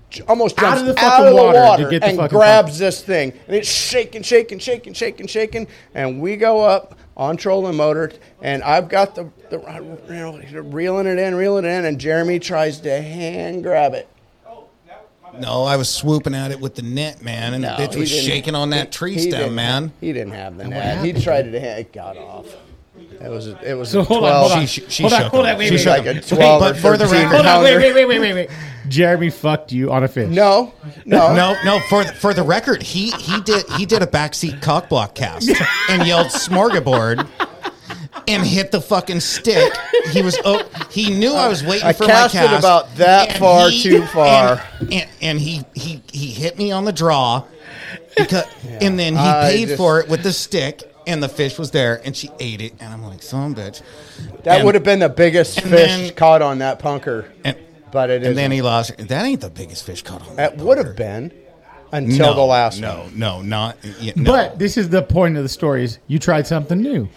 j- almost
Out
jumps
of the
out
fucking
of the
water to
water,
get the
and
fucking
grabs
pump.
this thing, and it's shaking, shaking, shaking, shaking, shaking, and we go up on trolling motor, and I've got the, the you know, reeling it in, reeling it in, and Jeremy tries to hand grab it.
No, I was swooping at it with the net, man, and the bitch
he
was
didn't-
shaking on that
he-
tree
he
stem,
didn't-
man.
He didn't have the net. He tried to. It got off. It was. It was.
So
a
hold
12.
on, hold on,
She- she
hold on,
shook
hold
him.
on, wait,
She
wait,
shook
wait.
him.
Like a 12
but
or
for the
13
record,
Hold on, wait,
pounder.
wait, wait, wait, wait, wait. Jeremy fucked you on a fish.
No, no,
no, no. For the, for the record, he he did he did a backseat cockblock cast and yelled smorgasbord and hit the fucking stick. He was oh, he knew I was waiting
I
for
cast
my
it
cast
about that
and
far too far.
and, and, and he he he hit me on the draw because and then he
I
paid
just-
for it with the stick. And the fish was there, and she ate it, and I'm like, "Son, of a bitch!"
That
And-
would have been the biggest
and
fish
then-
caught on that punker.
And,
but it
and then
isn't.
he lost. her. That ain't the biggest fish caught on.
that
that
would
poker.
have been until
No,
the last
No,
one.
no, not. yeah, no.
But this is the point of the story: is you tried something new.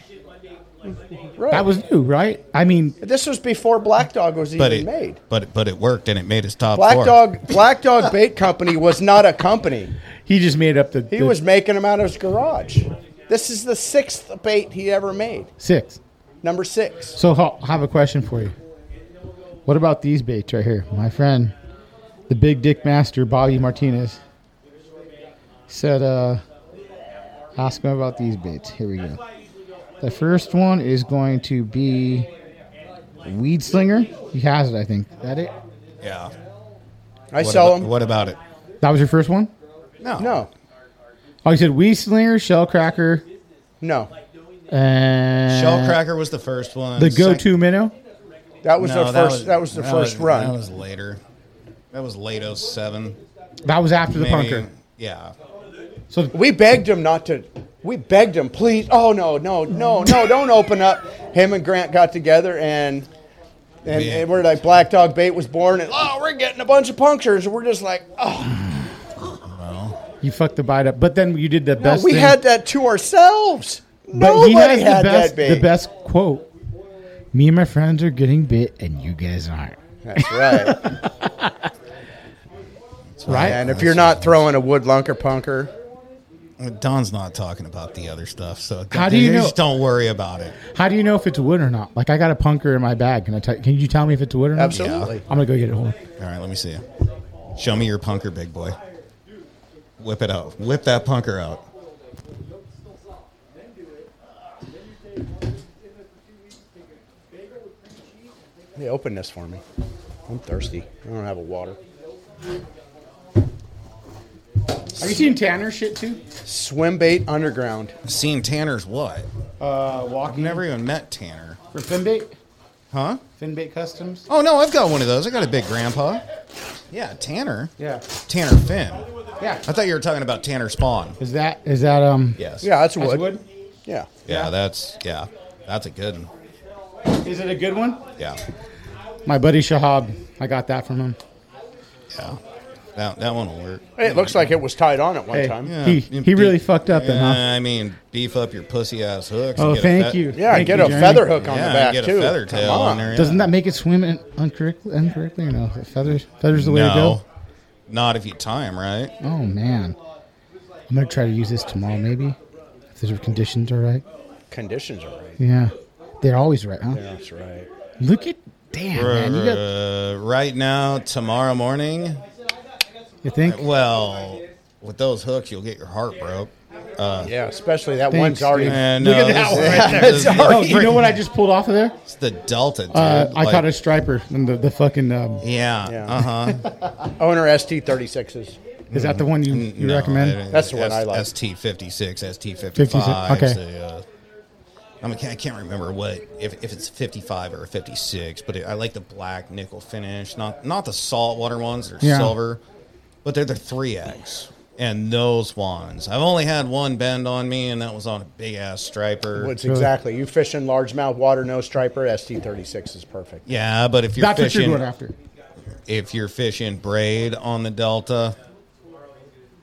Right.
That was new, right? I mean,
This was before Black Dog was even
but it
made.
but but it worked and it made his top
Black
four.
Dog, Black Dog Bait Company was not a company.
he just made up the.
He
the
was making them out of his garage. This is the sixth bait he ever made.
six.
Number six.
So ho- I have a question for you. What about these baits right here, my friend, the big dick master Bobby Martinez said, uh, ask him about these baits. Here we go. The first one is going to be weed slinger. He has it, I think. That it?
Yeah.
I
What
sell
about,
them.
What about it?
That was your first one?
No.
No,
Oh, he said weed slinger, shell cracker,
no.
and
Shellcracker was the first one.
the go-to minnow.
That was
No,
the first. That was, the first
was-
run.
That was later. That was late 07.
That was after the
maybe.
punker.
Yeah.
So
we begged him not to. We begged him, please. Oh no, no, no, no! Don't open up. Him and Grant got together, and and,
Yeah.
and we're like, Black Dog Bait was born, and oh, we're getting a bunch of punctures, and we're just like, oh,
you fucked the bite up, but then you did the
no,
best.
we
thing.
had that to ourselves.
Nobody had
the best,
that bait.
the best quote.
Me and my friends are getting bit, and you guys aren't.
That's right.
Right.
And if you're not throwing a wood lunker punker,
Don's not talking about the other stuff, so
How do you
just don't worry about it.
How do you know if it's wood or not? Like I got a punker in my bag. Can I? tell can you tell me if it's wood or not?
absolutely.
I'm gonna go get it. Hold on.
All right, let me see. Show me your punker, big boy. Whip it out. Whip that punker out.
Hey, open this for me. I'm thirsty. I don't have a water.
Have you seen Tanner shit too?
Swim bait underground.
Seeing Tanner's what?
Uh, walking
Never even met Tanner.
for Finbait.
Huh?
Finbait Customs.
Oh no, I've got one of those. I got a big grandpa. Yeah, Tanner.
Yeah.
Tanner Finn.
Yeah.
I thought you were talking about Tanner Spawn.
Is that is that um?
Yes.
Yeah, that's
That's
wood.
wood.
Yeah.
Yeah, that's yeah. That's a good one.
Is it a good one?
Yeah.
My buddy Shahab. I got that from him.
Yeah. That that one will work.
It looks like it was tied on at one
Hey.
time. Yeah,
He- he really fucked up
Yeah,
then, huh?
I mean, beef up your pussy ass hooks. and
Oh,
get a
thank
fe-
you. Thank
get
you,
a
Jeremy.
feather hook on
yeah,
the back
get
too.
a feather
Come
tail
on.
on there. yeah.
Doesn't that make it swim in- incorrectly, incorrectly or no? Feathers, feathers the way
no, not if you tie him right.
to go. Oh man, I'm gonna try to use this tomorrow, maybe if the conditions are right.
Conditions are right.
Yeah, they're always right, huh?
That's right.
Look at damn man, you got
Uh, right now, tomorrow morning.
you think?
Well, with those hooks, you'll get your heart broke.
Yeah, especially that
Thanks,
one's already.
And,
Look
uh,
at that
this
one
is-
right
this
there.
is
oh,
the
you know
freaking-
what I just pulled off of there?
It's the Delta, dude.
Uh, I
Like,
caught a striper and the, the fucking. Um,
Yeah.
Yeah.
Uh huh.
Owner ST 36s.
Is that the one you, you recommend?
That's the one I like.
ST fifty six, ST fifty
56,
five.
okay.
Uh, I, mean, I can't- I can't remember what if, if it's fifty five or fifty six, but it, I like the black nickel finish, not not the saltwater ones. They're
Yeah.
silver, but they're the three X and those ones. I've only had one bend on me, and that was on a big ass striper.
What's exactly you fishing largemouth water no striper ST 36 is perfect.
yeah, but if you're
That's what
fishing,
you're going after.
if you're fishing braid on the Delta,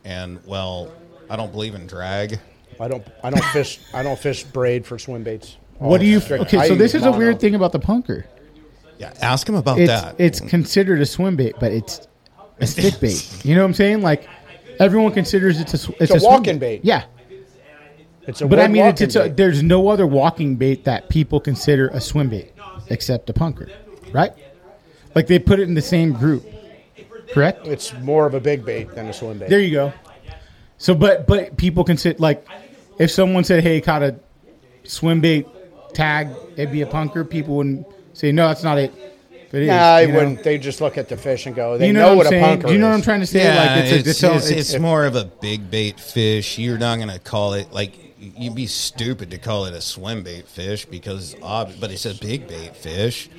and well, I don't believe in drag.
I don't I don't fish I don't fish braid for swim baits.
What do you?
Strict-
Okay,
Oh, I
so this
use
is a
mono.
weird thing about the punker.
Yeah, ask him about
It's
that.
it's considered a swim bait, but it's a stick bait. You know what I'm saying? Like everyone considers it a sw- it's,
a
swim
walking bait.
Yeah,
It's a
but I
wood
mean, it's,
walking
it's a,
bait.
there's no other walking bait that people consider a swim bait except a punker, right? Like they put it in the same group, correct?
it's more of a big bait than a swim bait.
There you go. So, but but people consider like if someone said, "Hey, caught a swim bait tag," it'd be a punker. People wouldn't say, "No, that's not it." But it is,
Nah, I
you know?
wouldn't. They just look at the fish and go. They
you know,
know,
what,
what,
I'm
a
saying?
punker
Do you know what
is.
I'm trying to say?
Yeah,
like it's,
it's,
a,
it's,
it's, all-
it's,
it's-
more of a big bait fish. You're not going to call it like you'd be stupid to call it a swim bait fish because ob- but it's a big bait fish.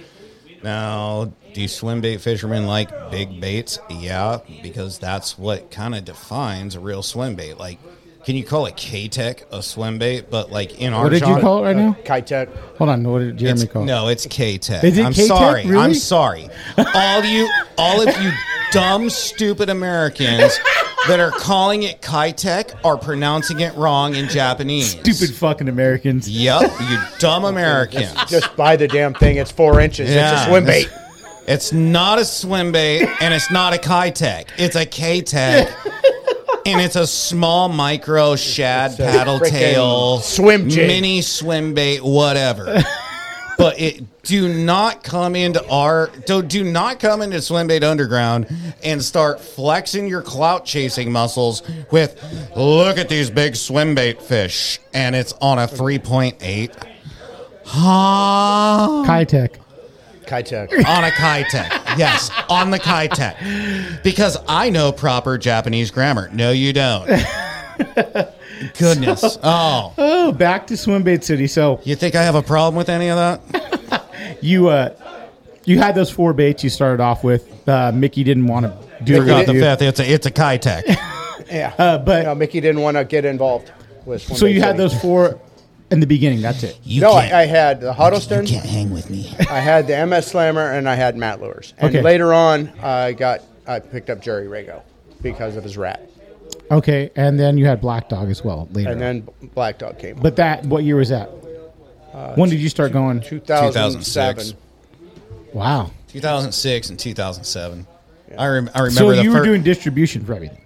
Now, do swim bait fishermen like big baits? Yeah, because that's what kind of defines a real swim bait. Like, can you call a K Tech a swim bait? But like in our
what did you
genre-
call it right now?
Kitech.
Hold on, what did Jeremy
it's,
call? it?
No, it's K Tech.
Is it
I'm
K-Tech?
sorry.
Really?
I'm sorry. All you, all of you dumb, stupid Americans that are calling it Kai Tech are pronouncing it wrong in Japanese.
stupid fucking Americans.
Yep, you dumb Americans.
Just buy the damn thing. It's four inches. It's a swim bait.
It's, it's not a swim bait and it's not a Kai Tech. It's a K Tech. And it's a small micro shad
a
paddle
frickin'
tail
swim jig.
mini swim bait, whatever. but it do not come into our do, do not come into swim bait underground and start flexing your clout chasing muscles with look at these big swim bait fish and it's on a three point eight. Huh?
Kitech.
Kitech.
on a Kitech. Yes, on the Kitech. Because I know proper Japanese grammar. No, you don't. Goodness. oh,
Oh, back to swim bait city. So
you think I have a problem with any of that?
you uh, you had those four baits you started off with. Uh, Mickey didn't want to do
Forgot
it
the
with you.
fifth. It's a it's a Kitech.
Yeah.
but-
you know, Mickey didn't want to get involved with swim
So
bait
you had
fishing.
those four in the beginning. That's it.
You
No,
can't,
I, I had the
you
Huddleston.
can't hang with me.
I had the MS Slammer and I had Matt Lures. And
Okay.
later on, I got I picked up Jerry Rago because of his rat.
Okay, and then you had Black Dog as well later.
and then Black Dog came.
but that what year was that? when did you start going?
2007.
2006.
Wow.
2006 and 2007. I, rem- I remember
So
the
you were
fir-
doing distribution for everything.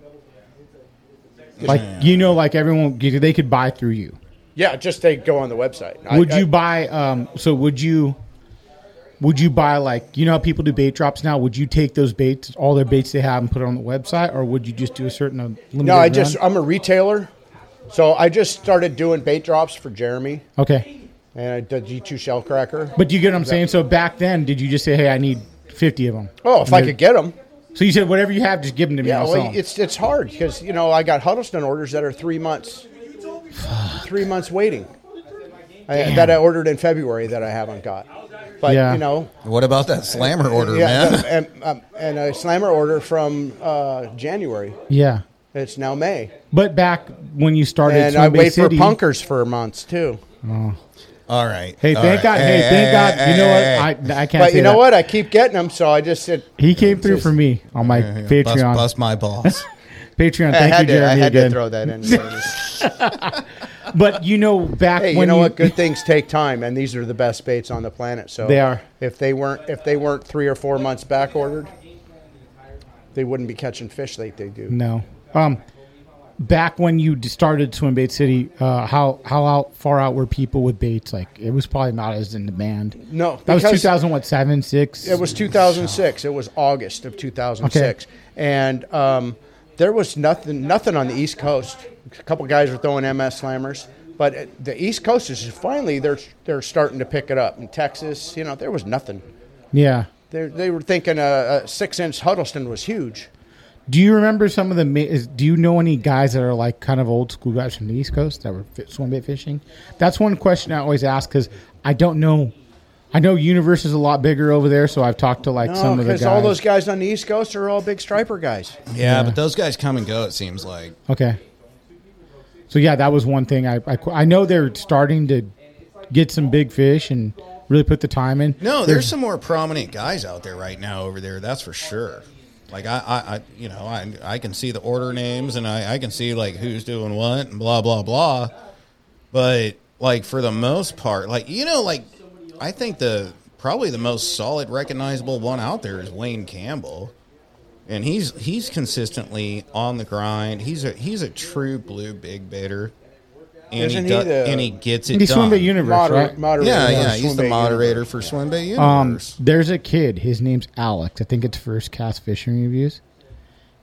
Like you know, like everyone they could buy through you.
Yeah, just they go on the website. I-
Would
I-
you buy? Um, so would you? Would you buy like you know how people do bait drops now? Would you take those baits, all their baits they have, and put it on the website, or would you just do a certain uh, limited?
No, I just
run?
I'm a retailer, so I just started doing bait drops for Jeremy,
okay.
and I did E G2 Shellcracker.
But do you get what I'm saying? So back then, did you just say, "Hey, I need 50 of them"?
oh, if I could get them,
So you said whatever you have, just give them to me.
yeah.
I'll sell
Well,
'em.
it's it's hard because you know I got Huddleston orders that are three months, three months waiting. I, that I ordered in February that I haven't got, but
Yeah.
you know,
What about that slammer order, man?
and, um, and a slammer order from uh, January.
yeah.
It's now May,
But back when you started,
and
Swim
I
Bait
wait
City,
for punkers for months too.
All right.
Hey,
all
thank
right.
God! Hey, thank God! you know what? I, I can't.
But
say
you know
that.
what? I keep getting them, so I just said
He came through for me on my
hey, hey, bust,
Patreon.
bust my balls.
Patreon.
I
Thank
had
you,
to,
Jeremy.
I had
again.
to throw that in. there.
But you know, back
hey,
when
you know what? Good things take time, and these are the best baits on the planet. So
They are.
If they weren't, if they weren't three or four months back ordered, they wouldn't be catching fish like they do.
No. Um, back when you d- started Swim Bait City, uh, how how out far out were people with baits? Like it was probably not as in demand.
No,
that was two
because-
thousand what seven six.
It was 2006. It was August of 2006, and um, there was nothing, nothing on the East Coast. A couple guys were throwing MS slammers, but it- the East Coast is finally they're they're starting to pick it up. In Texas, you know, there was nothing.
yeah.
They they were thinking a, a six inch Huddleston was huge.
Do you remember some of the? ma- Is, do you know any guys that are like kind of old school guys from the East Coast that were fi- swim bait fishing? That's one question I always ask because I don't know. I know universe is a lot bigger over there, so I've talked to like
No,
some of the guys.
because Oh, all those guys on the East Coast are all big striper guys.
yeah, but those guys come and go. It seems like.
Okay. So yeah, that was one thing I I, qu- I know they're starting to get some big fish and really put the time in.
No, there's some more prominent guys out there right now over there. That's for sure. Like I, I, I you know, I, I can see the order names and I, I can see like who's doing what and blah blah blah. But like for the most part, like you know, like I think the probably the most solid recognizable one out there is Wayne Campbell, and he's he's consistently on the grind. He's a he's a true blue big baiter, and
Isn't
he,
he
do-
the-
and he gets it
And he's
done.
swim bait universe, right?
moderator.
Yeah,
on
yeah, he's
Swim
the
Bait
moderator
Universe.
for Swim Bay
Um,
Universe.
there's a kid. His name's Alex. I think it's First Cast Fishing Reviews,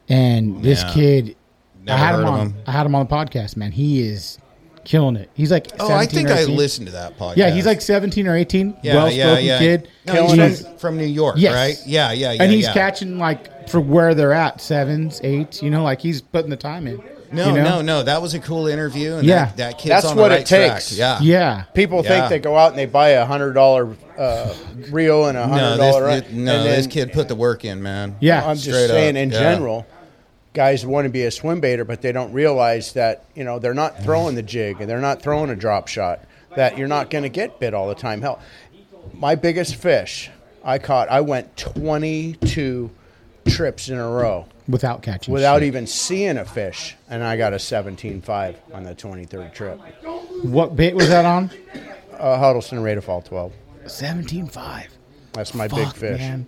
and this
Yeah.
kid,
Never
I had him
heard of
on.
him.
I had him on the podcast. Man, he is killing it. He's like
Oh, I
17
think
or
I
18.
listened to that podcast.
Yeah, he's like 17 or 18.
Yeah,
well spoken
yeah, yeah.
kid.
No, he's from-
He's-
from, New York,
Yes.
right? Yeah, yeah, yeah.
and he's
yeah.
catching like for where they're at sevens, eights. You know, like he's putting the time in.
No,
you know?
no, no. That was a cool interview. And
Yeah.
that, that kid's
That's
on the
what it
right track.
takes.
Yeah,
Yeah.
People
Yeah.
think they go out and they buy a hundred dollar uh, reel and a
No,
hundred
this,
dollar.
thi- no, this kid put the work in, man.
Yeah.
I'm just
Straight up,
saying, in
yeah.
general, guys want to be a swim baiter, but they don't realize that you know they're not throwing the jig and they're not throwing a drop shot. That you're not going to get bit all the time. Hell, my biggest fish I caught, I went 22 trips in a row
Without catching.
without
shit.
even seeing a fish, and I got a 17.5 on the 23rd trip.
What bait was that on?
Uh, Huddleston Radafall 12.
Seventeen five.
That's my big
Fuck,
fish.
man.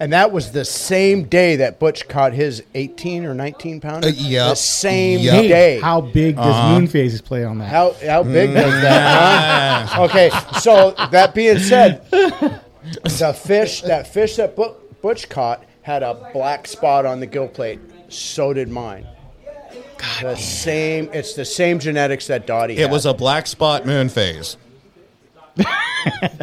And that was the same day that Butch caught his 18 or 19 pounder.
Uh, yep.
The same
Yep.
Hey,
day.
how big does moon phases play on that?
Uh-huh. How how big does
Mm.
that? Huh? Okay, so that being said, the fish that fish that Bu- Butch caught had a black spot on the gill plate. So did mine. the same. It's the same genetics that Dottie.
It was a black spot moon phase.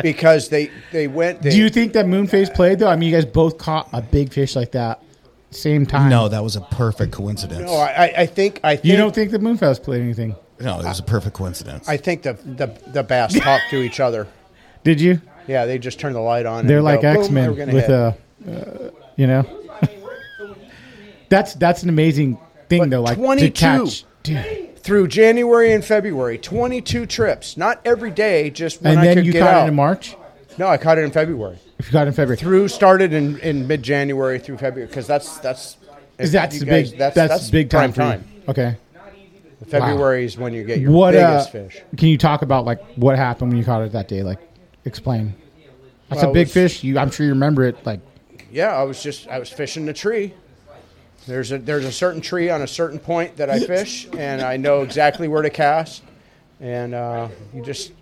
because they they went. They,
Do you think that moon phase played though? I mean, you guys both caught a big fish like that same time.
No, that was a perfect coincidence.
No, oh, I, I- I think I think
you don't think the moon phase played anything?
No, it was a perfect coincidence.
I think the the, the bass talk to each other.
Did you?
Yeah, they just turn the light on.
They're
and
like
go, boom,
X Men
we're gonna
with
hit.
a, uh, you know. that's that's an amazing thing
But
though. Like
22.
to catch. Dude.
through January and February, 22 trips. Not every day, just when
And
I
then
could
you
get
caught
out.
it in March.
No, I caught it in February.
If you caught it in February.
Through started in, in mid January through February because that's that's
That's
you
the big- that's big time
prime
for you.
time.
Okay.
February is when you get your
What
biggest
uh,
fish.
Can you talk about like what happened when you caught it that day? Like, explain. That's
Well,
a
it
big
was-
fish. You, I'm sure you remember it. Like,
Yeah, I was just I was fishing the tree. There's a there's a certain tree on a certain point that I fish, and I know exactly where to cast. And uh, you just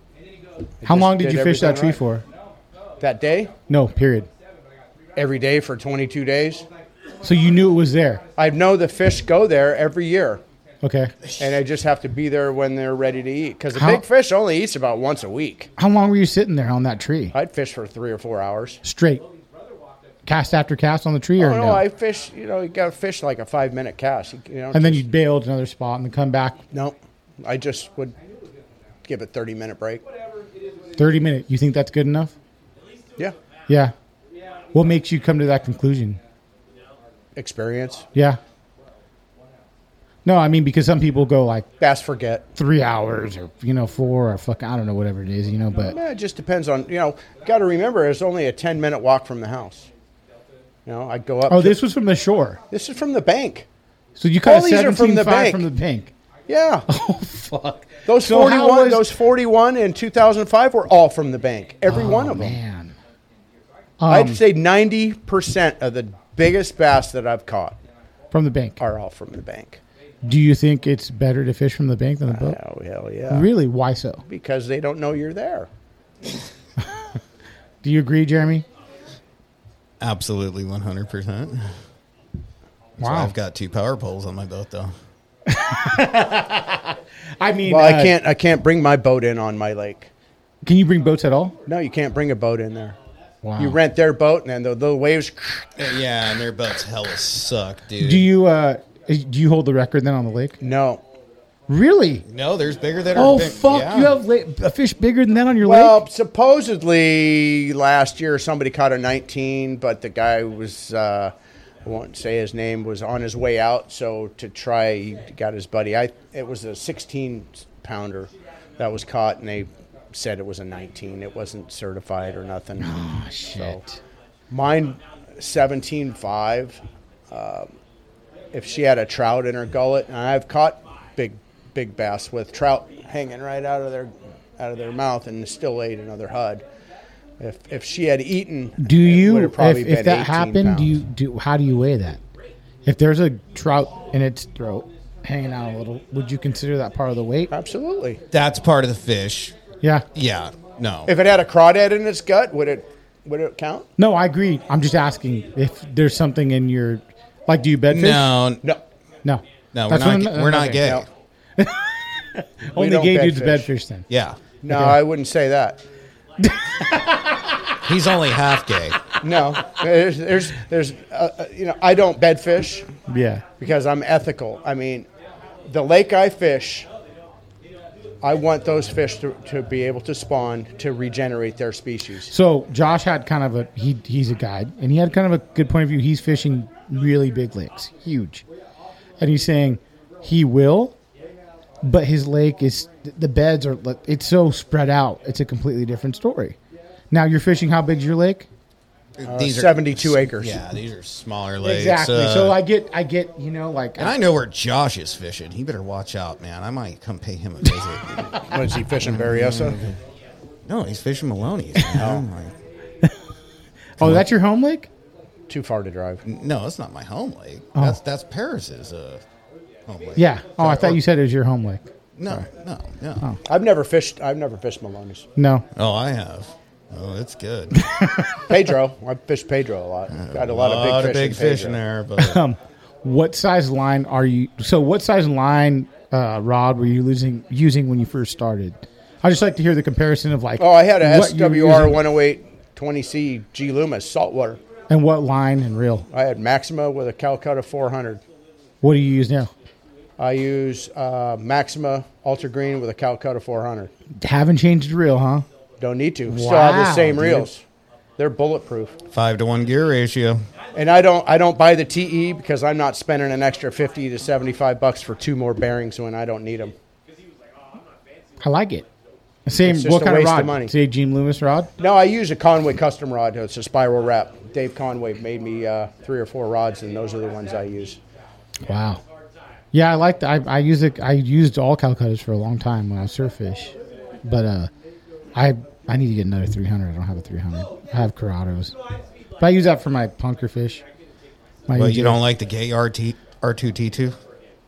how
just
long did
did
you fish that tree
everything
for?
that day,
No, period.
every day for 22 days.
So you knew it was there.
I know the fish go there every year,
Okay.
and I just have to be there when they're ready to eat. Because the
How-
big fish only eats about once a week.
How long were you sitting there on that tree?
I'd fish for three or four hours.
Straight. Cast after cast on the tree, or
Oh,
no?
no, I fish. You know, you got to fish like a five minute cast. You know,
and then you
just-
bailed another spot and then come back.
no, I just would give a 30 minute break.
Thirty minute. You think that's good enough?
Yeah,
Yeah. What makes you come to that conclusion?
experience.
Yeah. No, I mean because some people go like
Bass forget.
three hours or you know four or fuck I don't know whatever it is you know but
Yeah, Eh, it just depends on you know. Got to remember, it's only a 10 minute walk from the house. You know, I go up.
oh
to-
this was from the shore
this is from the bank.
so you caught
All
a
these are from
seventeen
the
five
bank.
from the bank
Yeah,
fuck
those
Oh, So how
41,
was-
those 41 in 2005 were all from the bank. Every one of them.
Oh, man Um,
I'd say 90 percent of the biggest bass that I've caught
from the bank
are all from the bank.
do you think it's better to fish from the bank than the boat
Oh hell yeah!
really why so
Because they don't know you're there.
do you agree Jeremy
Absolutely 100%. That's why
Wow.
I've got two power poles on my boat, though.
I mean
Well, I
uh,
can't. I can't bring my boat in on my lake.
can you bring boats at all
No, you can't bring a boat in there.
wow
You rent their boat, and then the little waves.
Yeah, and their boats hella suck, dude.
do you uh do you hold the record then on the lake
No.
really
No, there's bigger that are
oh
big-
fuck
yeah.
you have la- a fish bigger than that on your lake
Well, supposedly last year somebody caught a 19, but the guy was. Uh, I won't say his name was on his way out, so to try, he got his buddy. I it was a 16 pounder that was caught, and they said it was a 19. It wasn't certified or nothing. Oh shit! mine 17.5. Um, if she had a trout in her gullet, and I've caught big big bass with trout hanging right out of their out of their mouth, and still ate another HUD. If if she had eaten,
Do
it
you
would've
if,
probably
if
been
that
18
happened?
pounds.
Do you do? How do you weigh that? If there's a trout in its throat hanging out a little, would you consider that part of the weight?
absolutely?
That's part of the fish.
Yeah.
Yeah, no.
If it had a crawdad in its gut, would it would it count?
No, I agree. I'm just asking if there's something in your, like, do you bedfish?
no,
No,
no,
no, we're
That's
not,
what I'm-
we're not
okay.
gay.
no, we
Only
don't
gay
bed
dudes
fish.
bedfish then.
Yeah.
no, I wouldn't say that.
He's only half gay.
No, there's there's there's uh, uh, you know I don't bed fish.
Yeah.
because I'm ethical. I mean, the lake I fish, I want those fish to, to be able to spawn to regenerate their species.
So Josh had kind of a he he's a guide and he had kind of a good point of view. He's fishing really big lakes, huge, and he's saying he will, but his lake is the beds are like, it's so spread out. It's a completely different story. Now you're fishing. How big's your lake?
these
72 acres.
Yeah, these are smaller lakes.
exactly.
uh,
so I get I get you know like
and I know where Josh is fishing. He better watch out, man. I might come pay him a visit.
What is he fishing, Barriosa?
no, he's fishing
Oh.
Maloney's. man. Like,
oh that's your home lake.
Too far to drive.
no, it's not my home lake. That's that's Paris's uh, home lake.
Oh. Yeah. Oh, I thought you said it was your home lake.
No, no, no. Oh,
I've never fished. I've never fished Maloney's.
No.
I have. Oh, it's good.
Pedro, I fished Pedro a lot. Got a lot
a lot
of big fish. in
fish in
Pedro.
there, but
What size line are you? So, what size line uh, rod were you losing using when you first started? I just like to hear the comparison of like.
Oh, I had a
what you were
SWR
using
108 20C G Loomis saltwater.
and what line and reel.
I had Maxima with a Calcutta 400.
What do you use now?
I use uh, Maxima Ultra Green with a Calcutta 400.
Haven't changed the reel, huh?
Don't need to. Still have
Wow,
the same
dude.
reels. They're bulletproof.
five to one gear ratio.
And I don't I don't buy the TE because I'm not spending an extra 50 to 75 bucks for two more bearings when I don't need them.
I like it. Same.
It's just
What
a
kind
waste
of
of
rod?
money.
Say Gene Loomis rod.
No, I use a Conway custom rod. It's a spiral wrap. Dave Conway made me uh, three or four rods, and those are the ones I use.
Wow. Yeah, I like that. I, I use it. I used all cow cutters for a long time when I surf fish, but uh, I I need to get another 300. I don't have a 300. I have Corrados, but I use that for my punker fish. My
But
UJ.
you don't like the gay RT R2T2?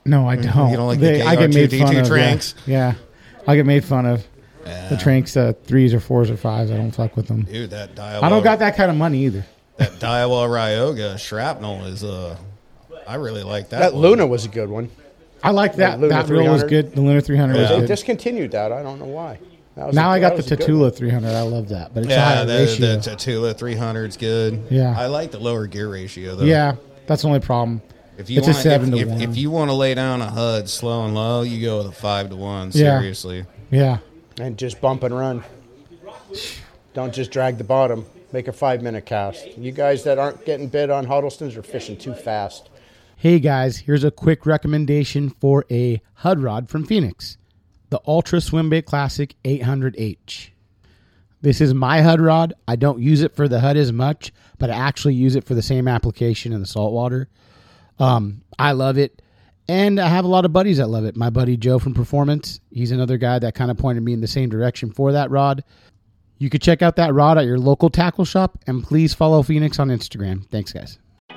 No, I don't.
don't like the
They-
gay
I get made
R2D2
fun of. Yeah.
tranks?
yeah, I get made fun of the tranks. Uh, threes or fours or fives. I don't fuck with them.
Dude, that Daiwa
I don't got that kind of money either.
that Daiwa Ryoga shrapnel is uh I really like that.
That
one.
Luna was a good one.
I like that.
Luna
that reel was
300.
good. The Lunar 300
Yeah.
They
was good.
discontinued that. I don't know why. That was
Now
a-
I
that
got the
was a good one.
Tatula 300. I love that, but it's a
Yeah,
higher
the,
ratio.
the Tatula 300's good.
Yeah.
I like the lower gear ratio though.
yeah, that's the only problem.
If you
It's a
want,
seven to
if,
one.
If, if you want to lay down a HUD slow and low, you go with a five to one.
Yeah.
Seriously,
Yeah,
And just bump and run. Don't just drag the bottom. Make a five minute cast. You guys that aren't getting bid on Huddleston's are fishing too fast.
Hey guys, here's a quick recommendation for a HUD rod from Phoenix the Ultra Swimbait Classic 800H. This is my HUD rod. I don't use it for the HUD as much, but I actually use it for the same application in the saltwater. Um, I love it, and I have a lot of buddies that love it. My buddy Joe from Performance, he's another guy that kind of pointed me in the same direction for that rod. You could check out that rod at your local tackle shop, and please follow Phoenix on Instagram. Thanks, guys.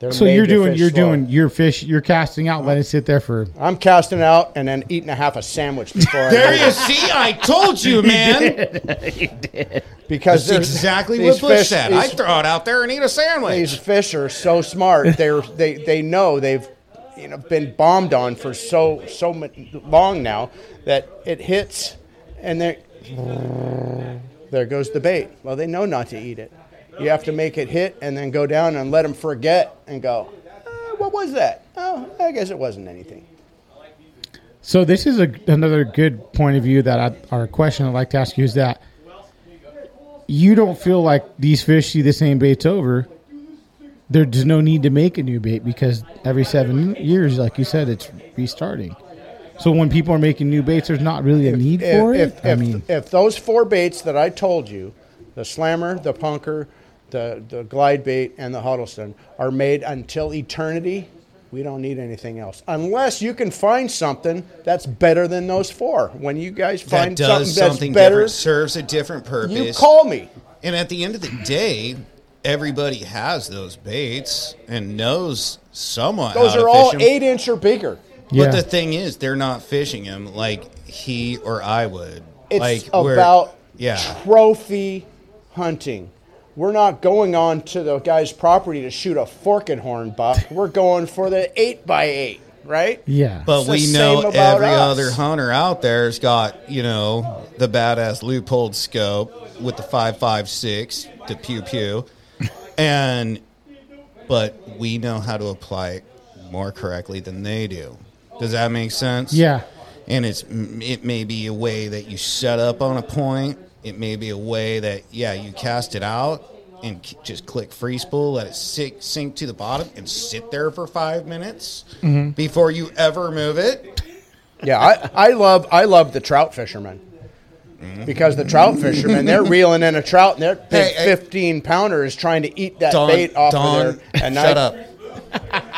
They're
So
made
you're
to
doing
fish
you're
slow.
doing your fish you're casting out, letting it sit there for
I'm casting out and then eating a half a sandwich before I
there
leave.
you see. I told you, man. That's
because there's-
exactly
these
what Bush
fish-
said.
these-
I throw it out there and eat a sandwich.
these fish are so smart. They're they they know they've you know been bombed on for so so mu- long now that it hits and they there goes the bait. Well, they know not to eat it. You have to make it hit and then go down and let them forget and go. "Uh, what was that? Oh, I guess it wasn't anything.
So this is a, another good point of view that I, our question I'd like to ask you is that you don't feel like these fish see the same baits over. There's no need to make a new bait because every seven years, like you said, it's restarting. So when people are making new baits, there's not really a need
if,
for
if,
it. I
if-
mean,
if those four baits that I told you, the slammer, the punker, the, the glide bait, and the Huddleston, are made until eternity, we don't need anything else. Unless you can find something that's better than those four. When you guys
That
find
does
something,
something
that's better,
different. Serves a different purpose.
you call me.
And at the end of the day, everybody has those baits and knows somewhat.
Those
how to
are
fish
all
'em.
eight inch or bigger.
Yeah.
But the thing is, they're not fishing them like he or I would.
It's
like we're-
about
yeah.
trophy hunting. We're not going on to the guy's property to shoot a fork and horn buck. We're going for the eight by eight, right?
yeah,
But
It's
we
the
know
same about
every
us.
other hunter out there's got, you know, the badass loophole scope with the 556, the pew pew. And, but we know how to apply it more correctly than they do. Does that make sense?
yeah,
and it's m- it may be a way that you set up on a point. It may be a way that yeah you cast it out and k- just click free spool, let it sink sink to the bottom, and sit there for five minutes
Mm-hmm.
before you ever move it.
Yeah, I, I love I love the trout fishermen because the trout fishermen they're reeling in a trout and their big
Mm-hmm. Hey, hey.
fifteen pounder is trying to eat that
Don,
bait off
Don,
of there. And
shut
I,
up.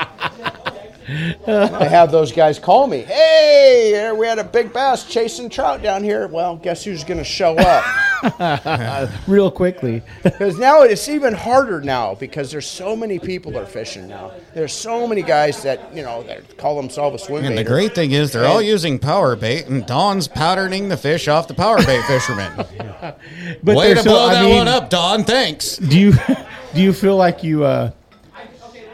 I have those guys call me. Hey, we had a big bass chasing trout down here. Well, guess who's going to show up?
real quickly.
Because now it's even harder now because there's so many people that are fishing now. There's so many guys that you know that call themselves a swim
And the
baiter.
great thing is they're all using power bait, and Don's patterning the fish off the power bait fishermen.
But
Way
they're
to
so-
blow
I
that
mean,
one up, Don. Thanks.
Do you do you feel like you uh,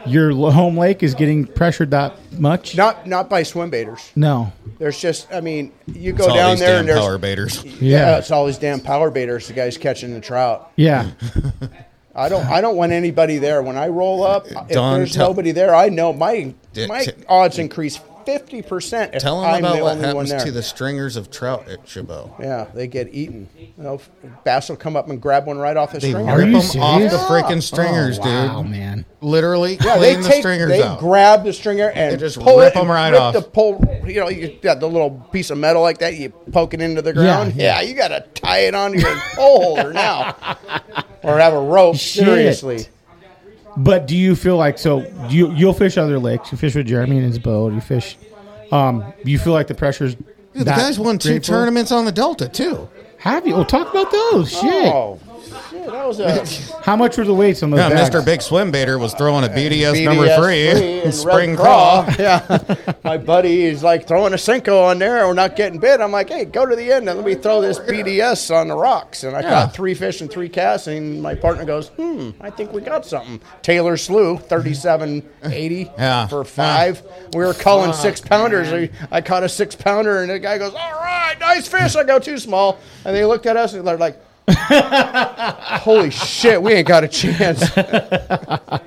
your l- home lake is getting pressured that much?
not not by swim baiters.
No.
There's just I mean you go
It's all
down
these
there
damn
and there's
power baiters.
yeah.
Yeah.
it's all these damn power baiters. The guys catching the trout.
Yeah.
Oh,
I don't I don't want anybody there when I roll up. If
Don,
there's
tell-
nobody there, I know my
Yeah,
my
t-
odds increase fifty percent if
Tell them
I'm
about
the
what
only one
happens
there.
to the stringers of trout at Chabot.
yeah, they get eaten. You know, bass will come up and grab one right off the
They
string.
rip
you
them off
serious?
the freaking stringers,
oh, wow,
dude.
man.
Literally
Yeah,
clean
they
the
take,
stringers
they
out.
grab the stringer and
They just
pull
rip
it and
them right
rip
off.
The pull, you know, you got the little piece of metal like that. You poke it into the ground. Yeah,
yeah.
you got to tie it onto your pole holder now, or have a rope.
Shit.
Seriously,
But do you feel like so do you you'll fish other lakes? You fish with Jeremy and his boat. You fish. Um, you feel like the pressure's.
Dude, the
that
guys won two
great for-
tournaments on the Delta too.
Have you? Oh, talk about those. Shit.
oh shit, that was a
How much were the weights on those?
Yeah,
bags?
Mr. Big Swim Baiter was throwing a BDS, number
BDS
three,
and
spring
Red
craw.
Yeah, my buddy is like throwing a Senko on there. We're not getting bit. I'm like, hey, go to the end and let me throw this BDS on the rocks. And I caught three fish and three casts. And my partner goes, hmm, I think we got something. Taylor slew 3780
Yeah.
for five. We were culling six pounders. I, I caught a six pounder, and the guy goes, all right, nice fish. I go too small. And they looked at us and they're like. Holy shit, we ain't got a chance.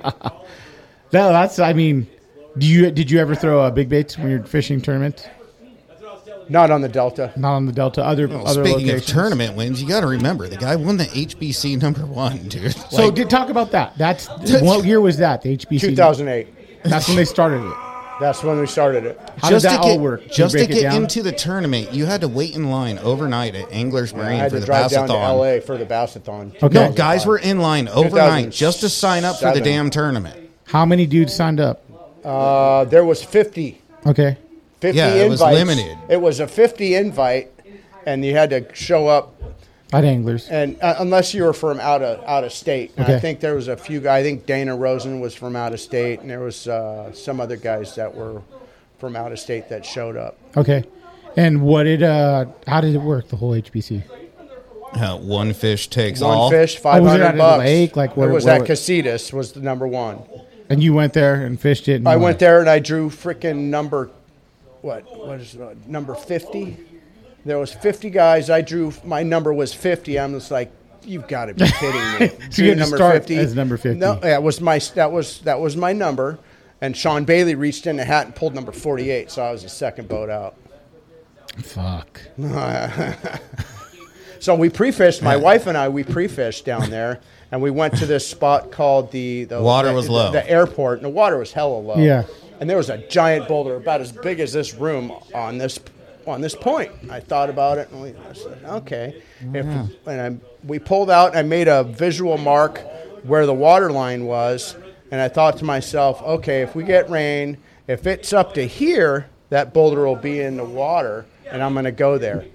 No, that's. I mean, do you did you ever throw uh, big baits when you're fishing tournaments?
Not on the Delta.
Not on the Delta. Other
Well,
other
Oh, speaking
locations.
of tournament wins, you got to remember the guy won the HBC number one, dude.
So
Like,
did talk about that. That's what year was that? The HBC.
2008.
That's when they started it.
That's when we started it.
How does that
to get,
all work? Did you
Just to
break it
get
down?
into the tournament, you had to wait in line overnight at Anglers
I
Marine
had
for
to
the
drive down to
Bassathon.
LA for the Bassathon.
Okay.
No, guys were in line overnight just to sign up for the
2007.
damn tournament.
How many dudes signed up?
Uh, there was 50,
Okay.
50
Yeah, it was
invites.
limited.
It was a 50 invite, and you had to show up,
At anglers.
and uh, unless you were from out of out of state. And I
Okay.
think there was a few. guys. I think Dana Rosen was from out of state, and there was uh, some other guys that were from out of state that showed up.
Okay. And what did uh how did it work the whole HBC?
Uh, one fish takes
One
all.
fish,
Oh,
five
was it
hundred
at a
bucks.
lake? Like, where-
it was
where-
at Casitas was the number one.
And you went there and fished it. And
I
won.
went there and I drew frickin' number, what? What is it? uh, number fifty? There was fifty guys. I drew. My number was fifty. I'm just like, you've got to be kidding me.
So you had to start as number 50.
No, that was my that was that was my number. And Sean Bailey reached in the hat and pulled number forty-eight, so I was the second boat out.
Fuck.
So we pre-fished. My wife and I we pre-fished down there, and we went to this spot called the the
Water
the-
was low.
The airport, and the water was hella low.
Yeah.
And there was a giant boulder about as big as this room on this on this point. I thought about it, and we I said, okay. If, and I, we pulled out. I made a visual mark where the water line was, and I thought to myself, okay, if we get rain, if it's up to here, that boulder will be in the water, and I'm going to go there.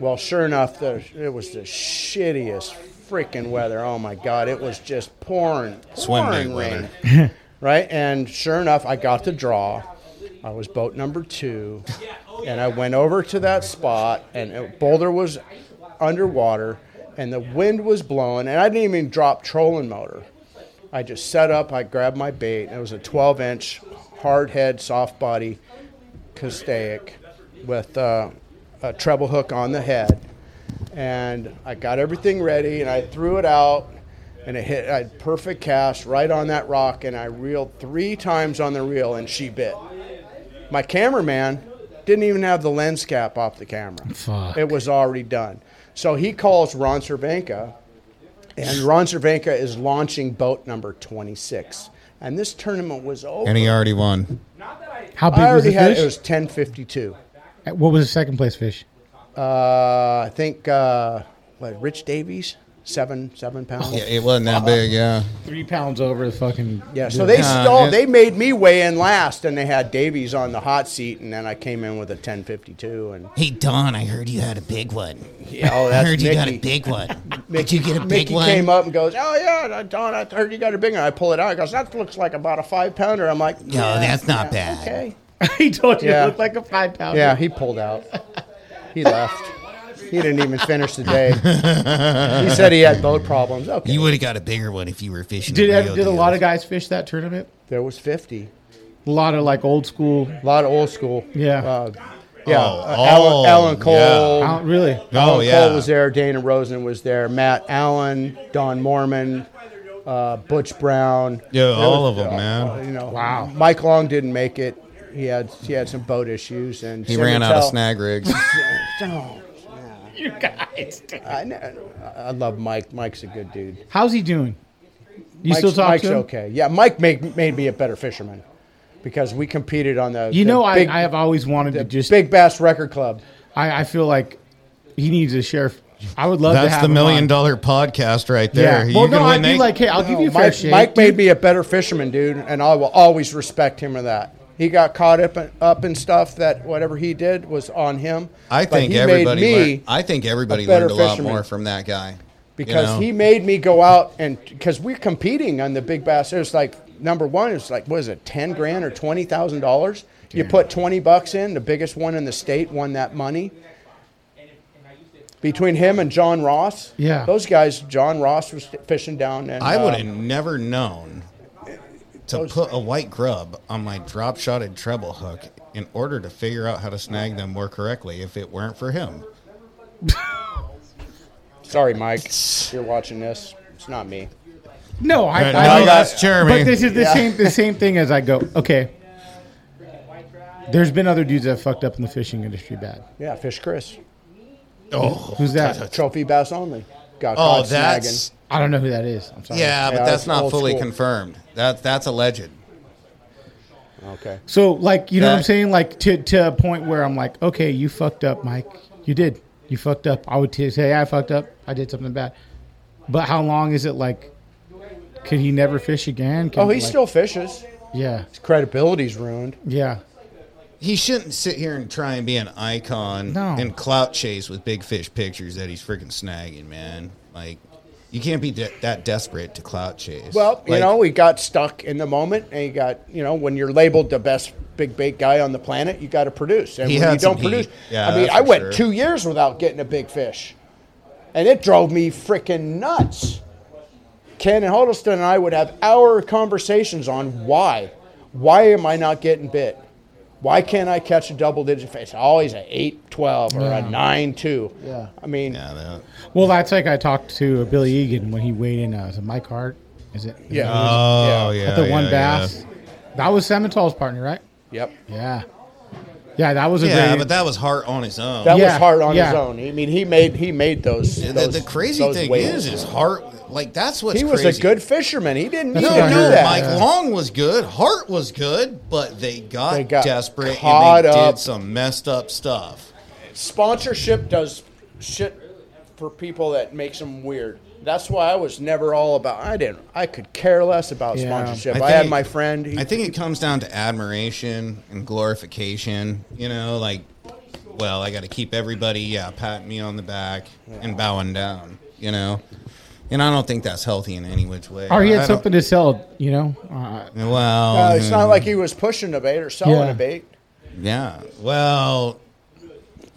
Well, sure enough, the, it was the shittiest freaking weather. Oh my God, it was just pouring,
Swim
pouring
day
rain.
weather.
right? And sure enough, I got the draw. I was boat number two, and I went over to that spot, and it, Boulder was underwater, and the wind was blowing, and I didn't even drop trolling motor. I just set up, I grabbed my bait, and it was a 12 inch hard head, soft body castaic with uh, a treble hook on the head. And I got everything ready and I threw it out and it hit a perfect cast right on that rock. And I reeled three times on the reel and she bit. My cameraman didn't even have the lens cap off the camera,
Fuck.
it was already done. So he calls Ron Cervenka and Ron Cervenka is launching boat number 26. And this tournament was over.
And he already won.
How big
I
was the
already had
fish? Uh,
it was 1052.
what was the second place fish?
Uh, I think uh, what Rich Davies seven seven
Oh,
pounds.
Yeah, it wasn't that big, yeah.
Three pounds over the fucking.
Yeah, so they
Uh,
stalled.
it-
They made me weigh in last, and they had Davies on the hot seat, and then I came in with a 1052. And
Hey, Don, I heard you had a big one.
Yeah, oh,
I
that's
heard you got a
Mickey.
big one. Did you get a big
Mickey
one?
came up and goes, "Oh yeah, Don, I heard you got a big one." I pull it out. I goes, "That looks like about a five pounder." I'm like,
No,
"Yeah,
that's not
yeah,
bad."
Okay.
he told you
Yeah.
it looked like a five pound.
Yeah, he pulled out. He left. He didn't even finish the day. he said he had boat problems. Okay,
You would have got a bigger one if you were fishing.
Did
the
ev-
real
did a
deal.
lot of guys fish that tournament?
there was 50.
A lot of like old school.
A lot of old school.
Yeah.
Uh, yeah.
Oh,
uh, Alan,
oh,
Alan Cole.
yeah.
I don't really.
Oh
Alan
yeah.
Cole was there. Dana Rosen was there. Matt Allen, Don Mormon, uh, Butch Brown.
Yeah,
There uh,
all of 'em, man.
You know, wow. Mike Long didn't make it. He had he had some boat issues, and
He
Simmons
ran out of
Hell-
snag rigs.
No,
You guys.
I, kn- I love Mike. Mike's a good dude.
How's he doing? You
Mike's,
still talk
Mike's
to him?
okay. Yeah, Mike made made me a better fisherman because we competed on the.
You
the
know,
big-
I, I have always wanted
the
to just.
Big Bass Record Club.
I, I feel like he needs a sheriff. I would love to
That's
have
the
him
million
on.
dollar podcast right
Yeah.
there.
Well,
You
no,
can
I'd
win
be
that-
like, hey, I'll give
No,
you a fair
Mike,
shake.
Mike made me a better fisherman, dude, and I will always respect him for that. He got caught up in, up in stuff that whatever he did was on him.
I
but
think
he
everybody.
made me
learned, I think everybody
better
learned a lot
fisherman.
more from that guy you
because
know?
he made me go out and because we're competing on the big bass. It was like number one. It's like what is it, ten grand or twenty thousand dollars? You put twenty bucks in. The biggest one in the state won that money. Between him and John Ross,
Yeah.
those guys. John Ross was fishing down, and
I
uh,
would have never known to put a white grub on my drop shotted treble hook in order to figure out how to snag them more correctly if it weren't for him.
Sorry, Mike, you're watching this. It's not me.
No, I,
Right,
I
now
know
that's
that.
Jeremy.
But this is the
Yeah.
same the same thing as I go. Okay, there's been other dudes that fucked up in the fishing industry bad.
Yeah, Fish Chris,
Oh,
Who's that?
trophy bass only. Got
oh,
caught
that's
snagging.
I don't know who that is. I'm sorry.
yeah, but
Yeah,
that's
it's
not
old
fully
school.
confirmed. That that's alleged.
Okay.
So like you know what I'm
That-
saying? Like to to a point where I'm like, okay, you fucked up, Mike. You did. You fucked up. I would t- say I fucked up. I did something bad. But how long is it like? Could he never fish again? Can,
Oh, he
like-
still fishes.
yeah
His credibility's ruined.
yeah.
He shouldn't sit here and try and be an icon
No.
and clout chase with big fish pictures that he's freaking snagging, man. Like, you can't be de- that desperate to clout chase.
Well, you
Like,
know, we got stuck in the moment, and you got you know when you're labeled the best big bait guy on the planet, you got to produce, and
He
when you
had some
don't produce,
heat. Yeah,
I mean,
that's
I
for
went
sure.
two years without getting a big fish, and it drove me freaking nuts. Ken and Huddleston and I would have hour conversations on why, why am I not getting bit? Why can't I catch a double digit fish? Always a eight twelve or a nine two. Yeah, I mean,
yeah, that-
Well, that's like I talked to Billy Egan when he weighed in. Uh, is it Mike Hart? Is it? is
Yeah.
that who it is?
oh,
Yeah.
yeah.
at the one
yeah,
bass. That was Semitol's partner, right?
yep.
Yeah, yeah, that was a
Yeah,
great.
yeah but that was Hart on his own.
That
Yeah,
was hard on
yeah.
his own. I mean, he made he made those.
The-
those
the, the crazy
those
thing
waves.
is, is Hart like that's what's
he was
crazy.
a good fisherman. He didn't need
That's
No,
what
to
I
do
no,
heard.
that.
Mike Long was good. Hart was good, but they got,
They got
desperate
caught
and they
up.
did some messed up stuff.
Sponsorship does shit for people that makes them weird. That's why I was never all about. I didn't. I could care less about
Yeah.
sponsorship. I,
I
had
think-
my friend. He,
I think it comes down to admiration and glorification. You know, like, well, I got to keep everybody, yeah, patting me on the back and bowing down. You know, and I don't think that's healthy in any which way.
or he
I
had
don't-
something to sell, you know. Uh,
Well,
uh, it's
hmm.
not like he was pushing a bait or selling
Yeah.
a bait.
Yeah. Well,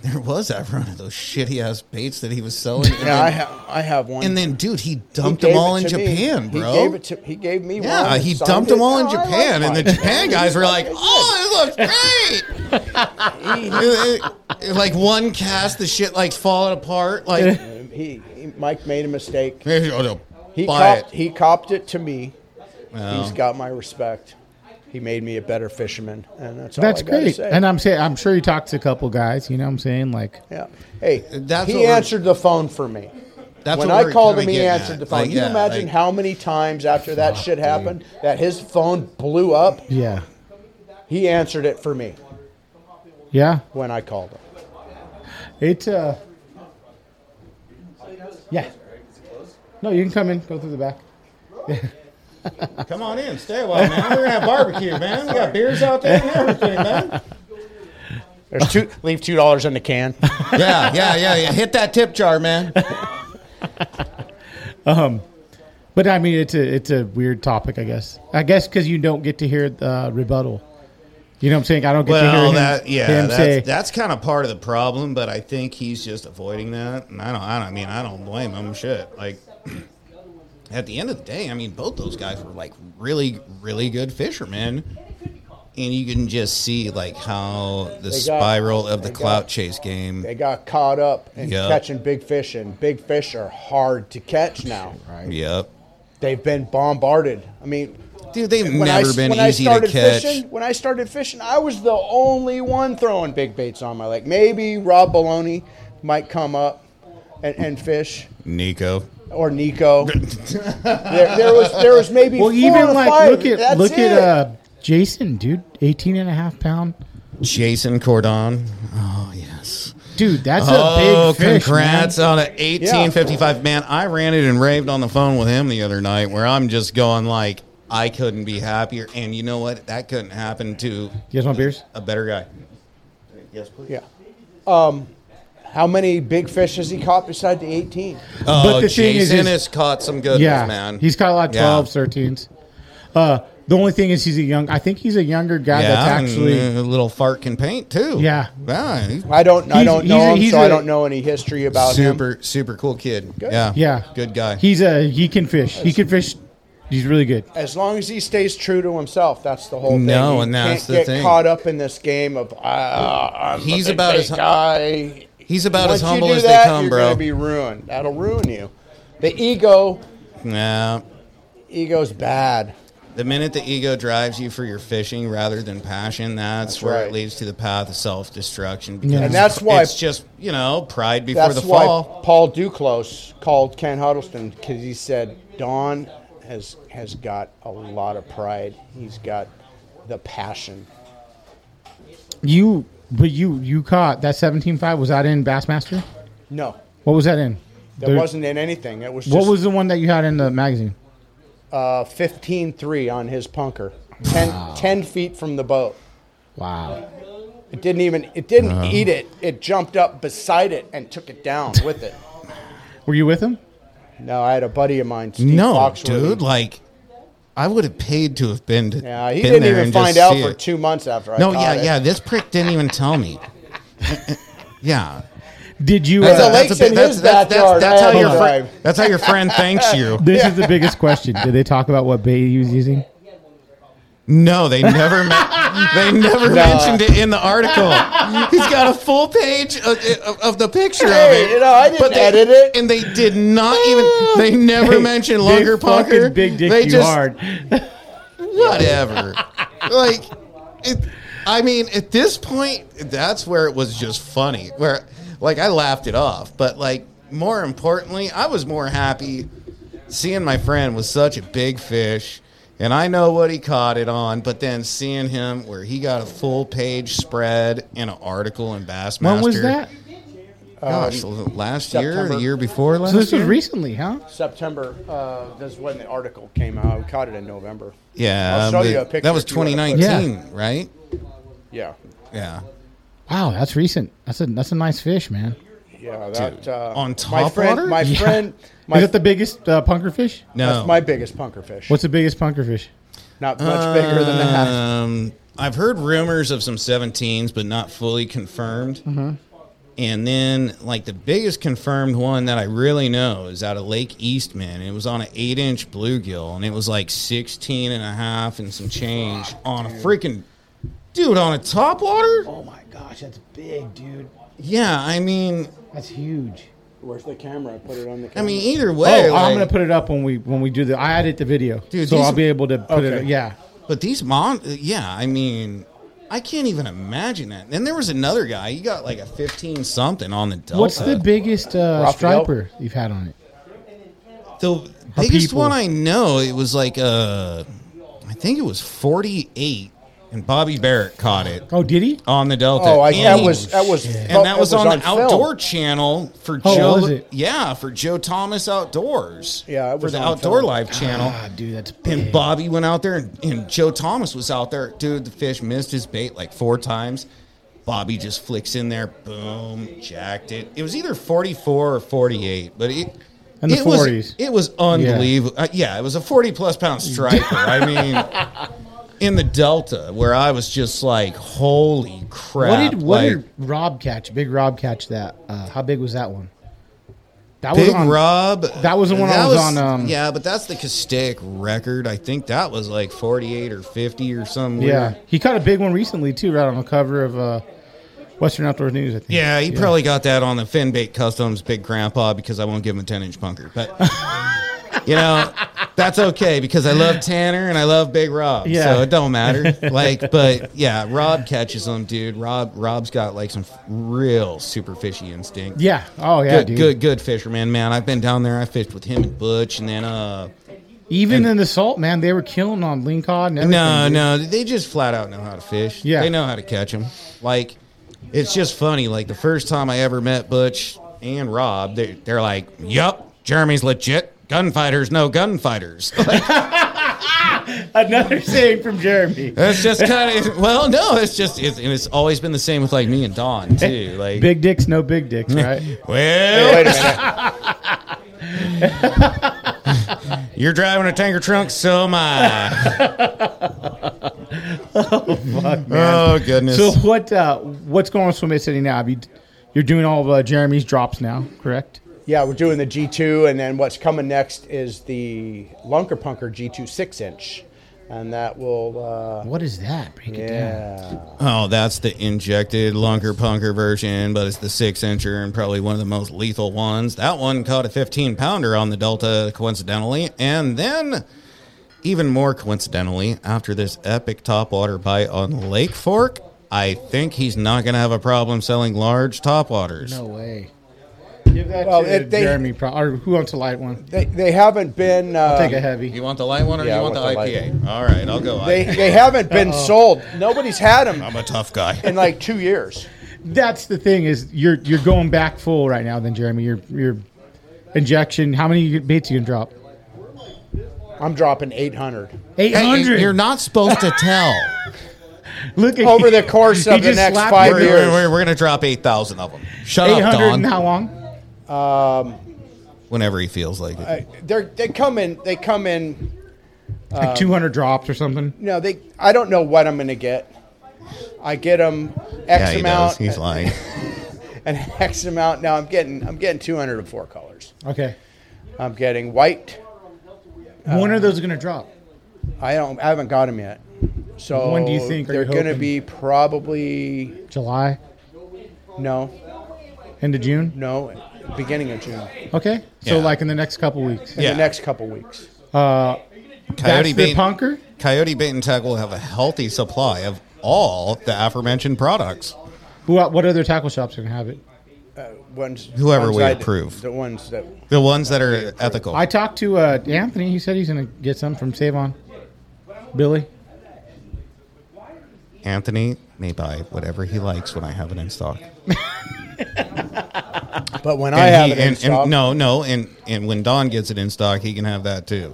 there was that run of those shitty ass baits that he was selling. And,
Yeah, I
then,
have. I have one.
and then, dude, he
He
dumped
gave
them all
it
in
to me.
Japan, bro.
He gave it to. He gave me one.
yeah,
and
he
signed
dumped them
it.
all in
No, I like
Japan, and the
mine.
Japan guys were like, "Oh, it looks great!" It- it- it- like one cast, the shit like falling apart. Like,
He, he Mike made a mistake.
"Hey, oh, no,
He
buy
copped,
it.
he copped it to me.
Well.
He's got my respect. He made me a better fisherman, and that's all
that's
I gotta
great.
Say.
And I'm saying, I'm sure he talked to a couple guys. You know, what I'm saying like,
yeah. Hey,
That's what
he
we're-
answered the phone for me.
That's
when
what
I
we're
called
kinda
him, he
getting
answered
at.
the phone.
Like,
Can you
yeah,
imagine
like-
how many times after that shit happened that his phone blew up?
yeah,
He answered it for me
yeah.
when I called him.
It's uh, yeah. No, you can come in. Go through the back.
Come on in, stay a while, man. We're gonna have barbecue, man. We got beers out there and everything, man.
There's two. leave two dollars in the can.
Yeah, yeah, yeah, yeah. Hit that tip jar, man.
But I mean, it's a it's a weird topic, I guess. I guess because you don't get to hear the uh, rebuttal. You know what I'm saying? I don't get to hear
Well,
him,
that yeah,
him say,
that's, that's kind of part of the problem. But I think he's just avoiding that, and I don't. I don't I mean I don't blame him. Shit, like at the end of the day, I mean both those guys were like really, really good fishermen, and you can just see like how the spiral of the
they got-
clout chase game.
They got caught up in
Yeah.
catching big fish, and big fish are hard to catch now. Right.
Yep.
They've been bombarded. I mean,
Dude, they've
when I-
never been
when I
easy to
started
catch.
Fishing, when I started fishing, I was the only one throwing big baits on my lake. Maybe Rob Baloney might come up and, and fish,
Nico.
or Nico. there, there was there was maybe
well,
four
even
or
like
five.
look at
That's
look
it.
at uh, Jason, dude, 18 and a half pound,
Jason Cordon. Oh, yes.
dude. That's
oh,
a big fish,
congrats
man.
on an 1855. Man, I ranted and raved on the phone with him the other night where I'm just going like, I couldn't be happier. And you know what? That couldn't happen to
You guys want beers?
a better guy.
yeah. Um, how many big fish has he caught beside the eighteen?
Oh,
But the thing is-
Jason
is-
has caught some good
yeah,
man.
He's caught a lot of
Yeah.
12s, 13s. Uh, the only thing is he's a young. I think he's a younger guy
Yeah, Mm-hmm.
that's actually.
and a little fart can paint too.
Yeah.
yeah, he's
I don't I
He's-
don't
he's a-
know him,
he's
so
a-
I don't know any history about him.
super super cool kid. Yeah,
Yeah,
good guy.
He's a he can fish. He can fish. He's really good.
as long as he stays true to himself, that's the whole thing.
No,
You
and that's
can't
the
get
thing.
caught up in this game of uh, I'm a
He's
big,
about
big
as hu-
guy.
He's about
Once
as humble
you do
as
that,
they come,
you're
bro.
gonna be ruined. That'll ruin you. The ego,
yeah.
ego's bad.
The minute the ego drives you for your fishing rather than passion, that's, where it
right.
leads to the path of self destruction.
And that's why-
it's just you know pride before
That's
the
why
fall.
Paul Duclos called Ken Huddleston because he said Don has has got a lot of pride. He's got the passion.
You but you you caught that 17.5 was that in Bassmaster?
No,
What was that in?
that
There-
wasn't in anything. It was just
What was the one that you had in the magazine?
uh, 15-3 on his punker, 10, 10 feet from the boat.
Wow.
It didn't even. It didn't
Uh-huh.
eat it. It jumped up beside it and took it down with it.
Were you with him?
No, I had a buddy of mine, Steve
No,
Foxworthy.
dude, like I would have paid to have been. To,
yeah, he
been
didn't
there
even
and just
find out
see
for
it.
two months after I.
No,
caught
yeah,
it.
yeah. This prick didn't even tell me. yeah.
Did you? uh,
That's
a
that's
lake's
big-
in
that's-
his
that's- that's-
backyard.
That's
I
how
had
your
no
friend.
drive.
That's how your friend thanks you.
this is the biggest question. Did they talk about what bait he was using?
No, they never. men- they never mentioned it in the article. He's got a full page of, of, of the picture
Hey,
of it.
you know, I didn't
they,
edit it.
and they did not even. They never mentioned
Big
longer
fucking
punker.
Big dick.
they
you
just
hard.
whatever. like, it, I mean, at this point, that's where it was just funny. Where, like, I laughed it off. But like, more importantly, I was more happy seeing my friend was such a big fish. And I know what he caught it on, but then seeing him where he got a full page spread in an article in Bassmaster.
When was that?
Gosh, last year, the
Uh, September.
year before last.
So this was
year?
recently, huh?
September. Uh, this is when the article came out. We caught it in November.
yeah,
I'll show
but
you a picture
that was
if you wanna put it.
2019, right?
Yeah,
Yeah.
Wow, that's recent. That's a that's a nice fish, man.
yeah. That uh,
On
my
top
friend,
water?
my
Yeah.
friend, my
is that the biggest uh, punker fish?
No,
that's my biggest punker fish.
What's the biggest punker fish?
not much bigger than that?
Um, I've heard rumors of some 17s, but not fully confirmed.
Mm-hmm.
And then, like, the biggest confirmed one that I really know is out of Lake Eastman. It was on an eight inch bluegill, and it was like 16 and a half and some change on a freaking dude on a topwater.
Oh my gosh, that's big, dude.
Yeah, I mean,
That's huge.
Where's the camera? I put it on the.
I
Camera.
mean, either way,
oh, I'm
like-
gonna put it up when we when we do the. I edit the video,
Dude,
so
these-
I'll be able to put it.
Okay.
Yeah,
But these mon, yeah, I mean, I can't even imagine that. And there was another guy. He got like a fifteen something on the Delta.
What's the biggest uh,
Raphael?
striper you've had on it?
the biggest
people?
one I know? It was like uh, I think it was forty eight and Bobby Barrett caught it
Oh, did he?
on the Delta.
Oh, I,
And
that
he-
was that was
and that was, on, the
film.
outdoor channel for
Oh,
Joe.
was it?
Yeah, for Joe Thomas Outdoors.
Yeah, it was
for the
on
Outdoor
film.
Live channel.
Ah, dude, that's
and
big.
Bobby went out there, and, and Joe Thomas was out there. Dude, the fish missed his bait like four times. Bobby just flicks in there, boom, jacked it. It was either 44 or 48, but it.
In the
it was-
40s.
it was unbelievable. Yeah. Uh, yeah, it was a 40 plus pound striker. I mean, in the Delta, where I was just like, holy crap.
What did what
like,
did Rob catch? Big Rob catch that? Uh, how big was that one? That
Big
was on
Rob.
that was the one I was on, um,
yeah, but that's the Castaic record. I think that was like 48 or 50 or something.
Yeah,
weird-
he caught a big one recently too, right on the cover of uh, Western Outdoor News. I think.
Yeah, he probably got that on the Finbait Customs Big Grandpa because I won't give him a 10 inch punker. But, you know, that's okay because I love Tanner and I love Big Rob.
Yeah.
So it don't matter. Like, but yeah, Rob catches them, dude. Rob, Rob's got like some real super fishy instinct.
Yeah. Oh yeah,
Good,
dude.
good, good fisherman, man. I've been down there. I fished with him and Butch, and then uh,
Even in the salt, man, they were killing on lean cod and everything.
No,
dude.
no, they just flat out know how to fish.
Yeah.
they know how to catch them. Like, it's just funny. Like the first time I ever met Butch and Rob, they, they're like, "Yup, Jeremy's legit. Gunfighters, no gunfighters." Like,
Another saying from Jeremy.
that's just kind of well, no, it's just it's, and it's always been the same with like me and Don too. Like,
Big dicks, no big dicks, right?
well,
Wait a minute.
you're driving a tanker trunk, so am I. oh goodness.
so what? Uh, what's going on with Swim Bay City now? Have you, you're doing all of uh, Jeremy's drops now, correct?
Yeah, we're doing the G2, and then what's coming next is the Lunker Punker G2 six inch, and that will. Uh,
What is that? Break it down.
yeah.
Oh, that's the injected lunker punker version, but it's the six incher and probably one of the most lethal ones. That one caught a 15 pounder on the Delta, coincidentally. And then, even more coincidentally, after this epic topwater bite on Lake Fork, I think he's not going to have a problem selling large topwaters.
No way. Give that
Well,
to
it- they-
Jeremy. Pro- or who wants a light one?
They, they haven't been. Uh,
Take a heavy.
You want the light one or
Yeah,
you
I
want,
want
the
the light
IPA? All right, I'll go.
They,
IPA.
they haven't been sold. Nobody's had them
I'm a tough guy.
in like two years.
That's the thing is you're you're going back full right now. Then Jeremy, your your injection. How many baits you can drop?
I'm dropping 800
Eight
Hey,
hundred.
You're not supposed to tell.
Look at
over the course
He
of the
just
next
slapped
five
we're
years.
going to drop 8,000 of them. Shut
Eight
up,
hundred in
Don. Uh,
how long?
whenever he feels like it.
They're, they come in. They come in.
Like two hundred drops or something.
No, they. I don't know what I'm going to get. I get them X Uh,
yeah, he
amount
does. He's lying.
and X amount. Now I'm getting. I'm getting 200 of four colors.
Okay.
I'm getting white.
Uh,
when are those going to drop?
I don't. I haven't got them yet. So
When do you think
they're
you're
going to
hoping?
be? Probably
July,
no,
end of June.
no, beginning of June.
Okay. So
Yeah.
like in the next couple weeks. Uh,
In
Yeah.
the next couple weeks.
That's
Coyote
the
bait,
punker.
Coyote bait and tech will have a healthy supply of all the aforementioned products.
Who? uh, What other tackle shops are going to have it?
Ones,
Whoever
ones
we
I-
approve.
The ones that
The ones that are ethical.
I talked to uh, Anthony. He said he's going to get some from Save On. Billy.
Anthony may buy whatever he likes when I have it in stock.
But when I have
he-
it in
and- and
stock,
no, no, and and when Don gets it in stock, he can have that too.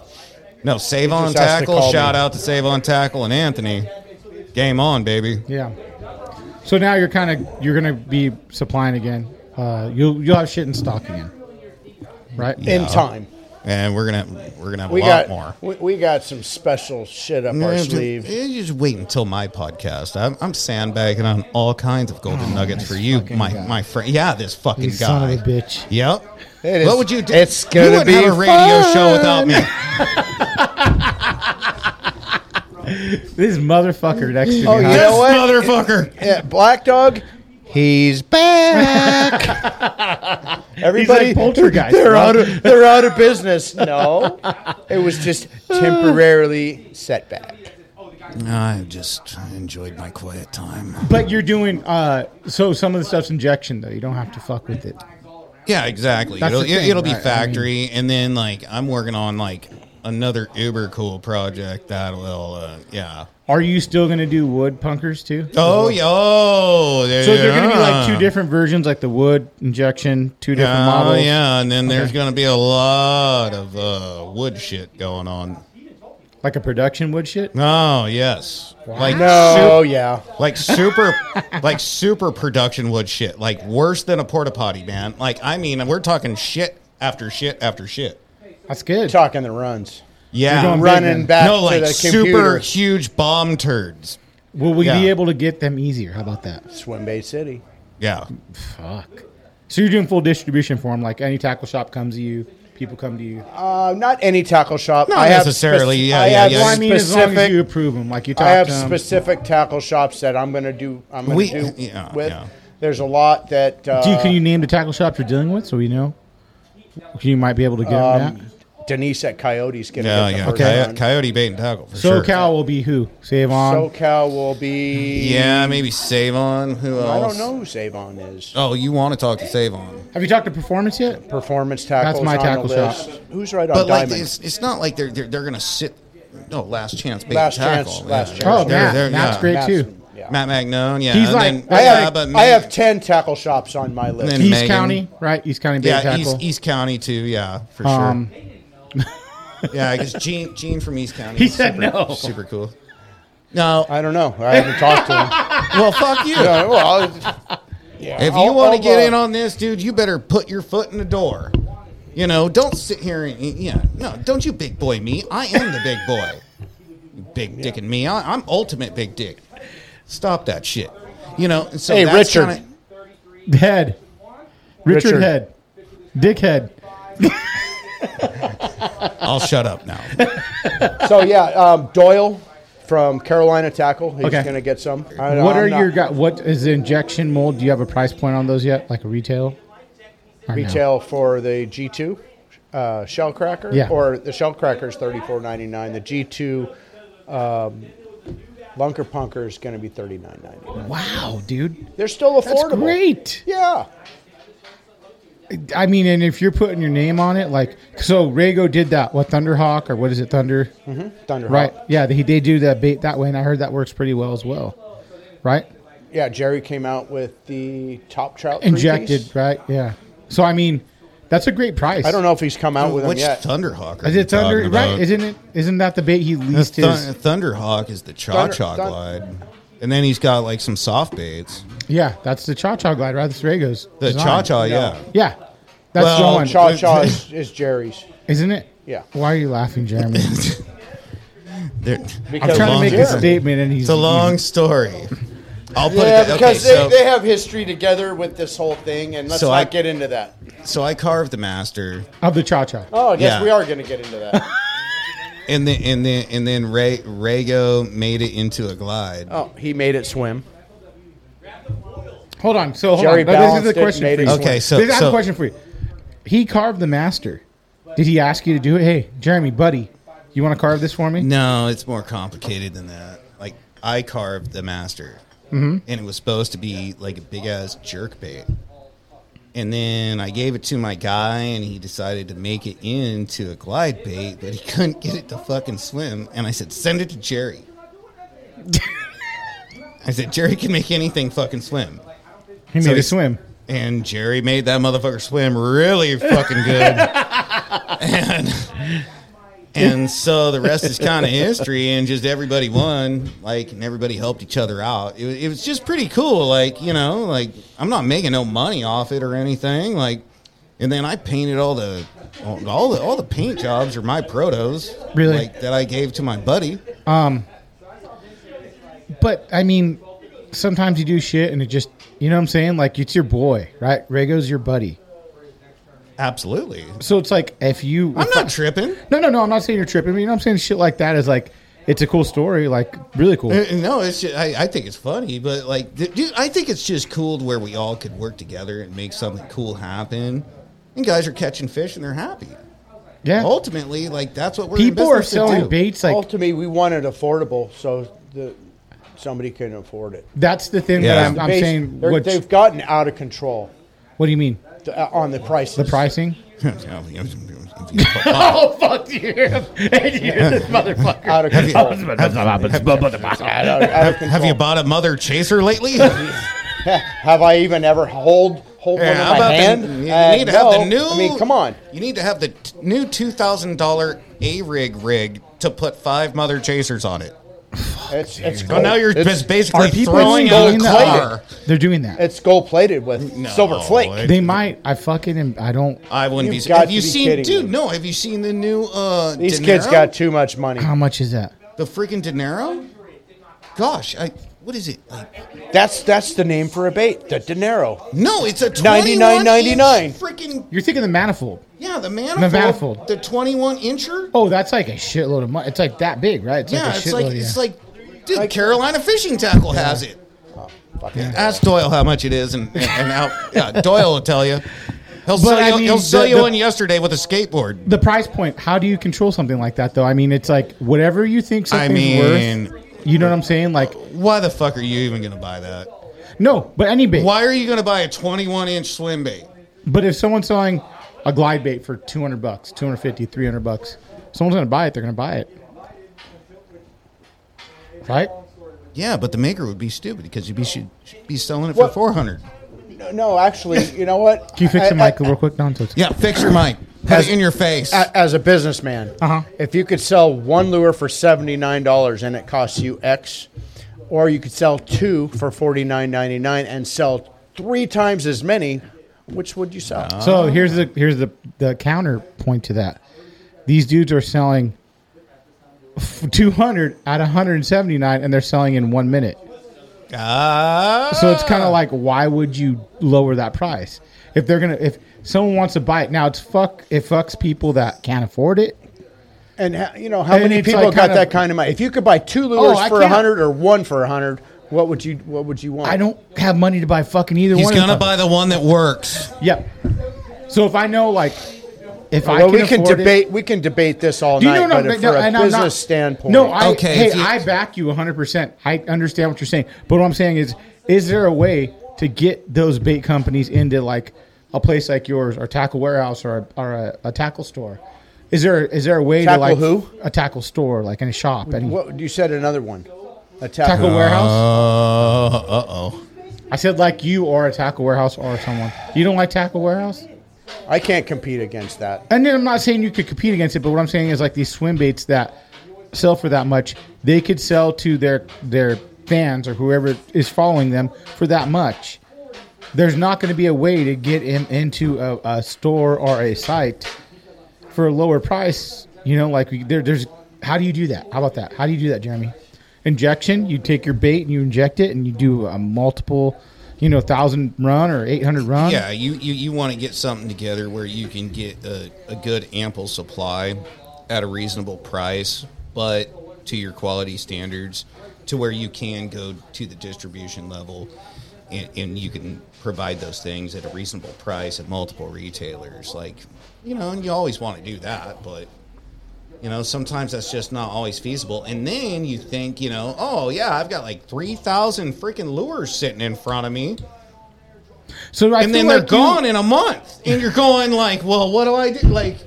No, save on
just has to
tackle.
call me.
Shout out to save on tackle and Anthony. Game on, baby.
Yeah. So now you're kind of you're going to be supplying again. Uh, you'll you'll have shit in stock again, right?
in time.
And we're gonna we're gonna have
We
a lot
got
more.
We, we got some special shit up our
Yeah,
sleeve.
Just, yeah, just wait until my podcast. I'm, I'm sandbagging on all kinds of
Oh,
golden nuggets for you, my my friend. Yeah, this fucking
You
guy.
son of a bitch.
Yep.
It is-
what would you do?
it's
You
gonna
wouldn't
be
have a radio show without me.
This motherfucker next to me.
Oh,
huh?
You
this
know what?
motherfucker.
Yeah, Black Dog, he's back. Everybody,
He's like poltergeist,
They're
bro.
out of they're out of business. No, it was just temporarily setback.
I just enjoyed my quiet time.
But you're doing uh, so some of the stuff's injection though. You don't have to fuck with it.
Yeah, exactly.
That's
it'll
the thing,
it'll be
right, I mean-
factory, and then like I'm working on like another uber cool project that will, uh, yeah.
Are you still going to do wood punkers too?
Oh, uh. yeah. Oh,
So they're going to be like two different versions, like the wood injection, two different models.
yeah, and then there's going to be a lot of uh, wood shit going on.
Like a production wood shit.
Oh yes, like
No, Oh, yeah.
su- like super, like super production wood shit. Like worse than a porta potty, man. Like I mean, we're talking shit after shit after shit.
That's good.
Talking the runs.
Yeah,
You're going Running big, man. back
No,
to
like
the
super
computer.
huge bomb turds.
Will we be
Yeah.
able to get them easier? How about that?
Swim Bay City.
Yeah,
Fuck. So you're doing full distribution for them. Like any tackle shop comes to you, people come to you.
Uh, not any tackle shop.
Not
have
necessarily, yeah,
I
yeah,
have
yeah.
Well, I mean, as long as
specific-
you approve them, like you talk
I have
to 'em.
specific tackle shops that I'm going to do. I'm going
We-
to do
yeah,
with.
yeah.
There's a lot that. Uh,
Do you, can you name the tackle shop you're dealing with so we know? You might be able to get
Um,
them at.
Denise at Coyote's going to
yeah,
get the
yeah.
first
Coyote,
run.
coyote bait and tackle for sure.
SoCal will be who? Save on.
SoCal will be.
Yeah, maybe Savon. Who
I
else?
don't know who Savon is.
Oh, you want to talk to Savon?
Have you talked to performance yet?
Performance tackles.
my
on
tackle
the
shop.
list. Who's right on
But like,
Diamond?
it's, it's not like they're they're, they're gonna sit. No, last chance, bait
Last
and tackle.
chance, last chance.
Oh,
They're-
Matt.
they're-
Matt's
yeah.
great
Matt's-
too.
yeah.
Matt Magnone, yeah.
He's
and
like-
then-
I
yeah,
have,
but
I
Meg-
have 10 tackle shops on my list.
And
East
Megan.
County, right? East County Bay
yeah,
Tackle.
East, East County too, yeah, for
Um,
sure. Yeah, because Gene Gene from East County.
He
is
said
super,
no.
Super cool. No,
I don't know. I haven't talked to him.
well, fuck you.
Yeah, well, I'll- yeah,
If you
I'll-
want to
I'll,
get
uh,
in on this, dude, you better put your foot in the door. You know, don't sit here and yeah, no, don't you big boy me. I am the big boy. Big dick and me. I, I'm ultimate big dick. Stop that shit. You know. And so
Hey,
that's
Richard.
kinda-
Head. Richard,
Richard.
Head. Dick Head.
I'll shut up now.
So yeah, um, Doyle from Carolina Tackle. He's
Okay.
going to get some. I,
What
I'm
are
not-
your got? What is the injection mold? Do you have a price point on those yet? Like a retail? Or no?
retail for the G two uh, shell cracker?
Yeah.
Or the shell cracker is thirty four ninety nine. The G two um, lunker punker is going to be thirty nine ninety nine.
Wow, dude,
They're still affordable.
that's great.
Yeah.
I mean, and if you're putting your name on it, like so, Rago did that. What Thunderhawk or what is it? Thunder,
Thunder.
right? Yeah, they, they do that bait that way, and I heard that works pretty well as well, right?
Yeah. Jerry came out with the top trout three-piece.
Injected, right? Yeah. So I mean, that's a great price.
I don't know if he's come out with them
Which
yet.
Thunderhawk? Are
Is
you
it Thunder?
talking
Right?
about?
Isn't it? Isn't that the bait he
The
leased
Thun-
his?
Thunderhawk is the cha cha
Thunder- Thun-
glide, and then he's got like some soft baits.
Yeah, that's the Cha Cha Glide, right? That's Rago's.
The
design.
cha cha, yeah.
Yeah, that's
Well,
the one.
Cha Cha is, is Jerry's.
Isn't it?
Yeah.
Why are you laughing, Jeremy?
They're-
Because
I'm
It's a
trying to
long-
make a
Jeremy.
statement, and he's
It's a long story. I'll put
Yeah,
it. That,
because
okay,
they,
so,
they have history together with this whole thing, and let's
So
not
I-
get into that.
so I carved the master,
of the Cha Cha.
Oh, yes,
Yeah.
we are going to get into that.
and then and then and then Ray Rago made it into a glide.
oh, he made it swim.
Hold on. So hold
Jerry
on. No, this is
balanced
the
it,
question
made
for
it
you.
Okay, so-
This- I have
so-
a question for you. He carved the master. Did he ask you to do it? Hey, Jeremy, buddy, you want to carve this for me?
No, it's more complicated than that. Like I carved the master, and it was supposed to be like a big ass jerk bait. And then I gave it to my guy, and he decided to make it into a glide bait, but he couldn't get it to fucking swim. And I said, "Send it to Jerry." I said, "Jerry can make anything fucking swim."
He made
So
it
he's-
swim.
And Jerry made that motherfucker swim really fucking good. and and so the rest is kind of history and just everybody won like and everybody helped each other out it was, it was just pretty cool like you know like i'm not making no money off it or anything like and then i painted all the all, all the all the paint jobs are my protos
Really?
like that i gave to my buddy
But I mean, sometimes you do shit, and it just you know what I'm saying. Like it's your boy, right? Rago's your buddy.
absolutely
So it's like if you,
i'm
if
not
I-
tripping
No, no, no. I'm not saying you're tripping. but You know, what I'm saying shit like that is like it's a cool story, like really cool.
Uh, No, it's just, I, I think it's funny, but like, th- dude, I think it's just cool to where we all could work together and make something cool happen. And guys are catching fish and they're happy.
Yeah,
Ultimately, like that's what we're in
people are
business to do.
selling baits like
Ultimately, we want it affordable so the, somebody can afford it.
that's the thing
Yeah.
that I'm, I'm
Bas-
saying.
they're-
What,
they've gotten out of control
what do you mean?
to, uh, on the prices.
The pricing?
Yeah, yeah. Have you,
Oh fuck you! And you this motherfucker.
Out of control.
have, have you bought a mother chaser lately? yeah,
Have I even ever hold hold one in
how
my
about
hand?
the, you
Uh,
need to have
no.
the new.
I mean, come on.
You need to have the t- new two thousand dollar A rig rig to put five mother chasers on it.
It's it's
Oh,
gold.
now you're
it's,
just basically throwing out a
doing that?
car.
They're doing that.
it's gold plated with
No,
silver flake.
it-
they might. I fucking. Am, I don't.
I wouldn't
You've
be.
got
Have you
to be
seen,
kidding
dude?
me.
No, have you seen the new? uh
These
De
kids
Niro?
got too much money.
How much is that?
the freaking De Niro. Gosh, I what is it? Like,
That's that's the name for a bait. The dinero.
no, it's a twenty-one
$99.99.
inch Freaking
You're thinking the manifold.
yeah, the manifold.
The manifold.
the twenty-one incher.
Oh, that's like a shitload of money. It's like that big, right? It's
yeah,
like a
it's
shitload,
like it's
yeah.
like, dude, Carolina fishing tackle has it. Ask Doyle how much it is, and and, and how yeah, Doyle will tell you. He'll sell
I
you.
mean,
he'll
the-
sell you
the-
one yesterday with a skateboard.
the price point. How do you control something like that, though? I mean, it's like whatever you think
I
something's
mean-
worth. You know what I'm saying? Like
Why the fuck are you even going to buy that?
no, but any bait.
Why are you going to buy a twenty-one inch swim bait?
But if someone's selling a glide bait for 200 bucks, 250, 300 bucks, someone's going to buy it. They're going to buy it. Right?
Yeah, but the maker would be stupid because you'd be should be selling it for
What?
four hundred.
No, no, actually, you know what?
Can you fix
I-
the mic
I-
real quick? No, it's okay.
Yeah, fix your mic. Put
Has-
it in your face.
a- as a businessman,
Uh-huh.
if you could sell one lure for seventy nine dollars and it costs you X, or you could sell two for forty nine ninety nine and sell three times as many, which would you sell?
Oh.
So here's the here's the the counterpoint to that. These dudes are selling f- 200 at 179, and they're selling in one minute.
ah,
So it's kind of like, why would you lower that price if they're gonna if someone wants to buy it now? It's fuck it fucks people that can't afford it.
and ha- you know how
And
many
it's
people
like
got
kind of- Oh,
that kind of money? If you could buy two lures
I
for a
can't-
hundred or one for a hundred, what would you what would you want?
I don't have money to buy fucking either
he's
one. of
gonna
them.
buy the one that works.
Yep. So if I know, like, if I
Well,
can
we can
afford it-
debate. We can debate this all
Do you
night,
know what
but
I'm-
if from a
and I'm
business
not-
standpoint,
No, I,
Okay,
hey,
if you-
I back you 100%. I understand what you're saying. But what I'm saying is, is there a way to get those bait companies into, like, a place like yours or tackle warehouse or a, or a, a tackle store? Is there is there a way
Tackle
to like
who?
a tackle store like in a shop any
what you said another one, a
tackle
tackle.
warehouse?
Uh oh.
I said like you or a tackle warehouse or someone. You don't like tackle warehouse?
I can't compete against that.
And then I'm not saying you could compete against it, but what I'm saying is like these swim baits that sell for that much, they could sell to their their fans or whoever is following them for that much. There's not going to be a way to get him into a, a store or a site for a lower price. You know, like we- there, there's how do you do that? How about that? How do you do that, Jeremy? Injection. You take your bait and you inject it, and you do a multiple, you know, thousand run or eight hundred run.
Yeah, you, you, you want to get something together where you can get a, a good ample supply at a reasonable price, but to your quality standards, to where you can go to the distribution level and, and you can provide those things at a reasonable price at multiple retailers. Like, you know, and you always want to do that, but. You know, sometimes that's just not always feasible. And then you think, you know, oh, yeah, I've got like 3,000 freaking lures sitting in front of me
So I
and
feel
then they're
like you-
gone in a month and you're going like well what do i do like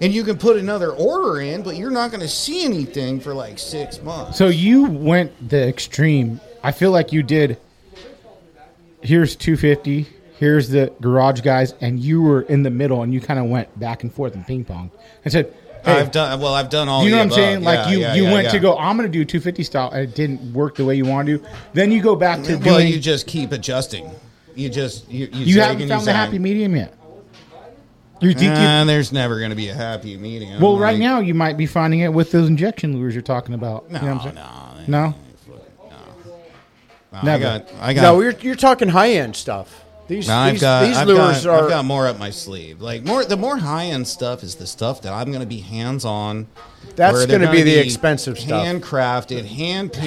and you can put another order in but you're not going to see anything for like six months
So you went the extreme. I feel like you did. Here's 250. Here's the garage guys, and you were in the middle, and you kind of went back and forth and ping pong. I said, hey,
i've done well i've done all
you know what I'm
the above.
saying? Like
Yeah,
you,
yeah,
you
yeah,
went to
yeah.
go. I'm gonna do 250 style, and it didn't work the way you want to. Then you go back to
well
doing.
you just keep adjusting you just you, you,
you
zag
haven't
and
found the
zag.
happy medium yet. You're deep,
Nah, there's never going to be a happy medium
well, right
Like,
now you might be finding it with those injection lures you're talking about.
no
you know what I'm saying?
oh, no
No?
no i
Never.
got i got
No, you're you're talking high end stuff. These
No, I've
these,
got,
these
I've
lures
got,
are
I've got more up my sleeve. Like more, the more high end stuff is the stuff that I'm going to be hands on.
That's gonna be the expensive stuff.
handcrafted, hand painted,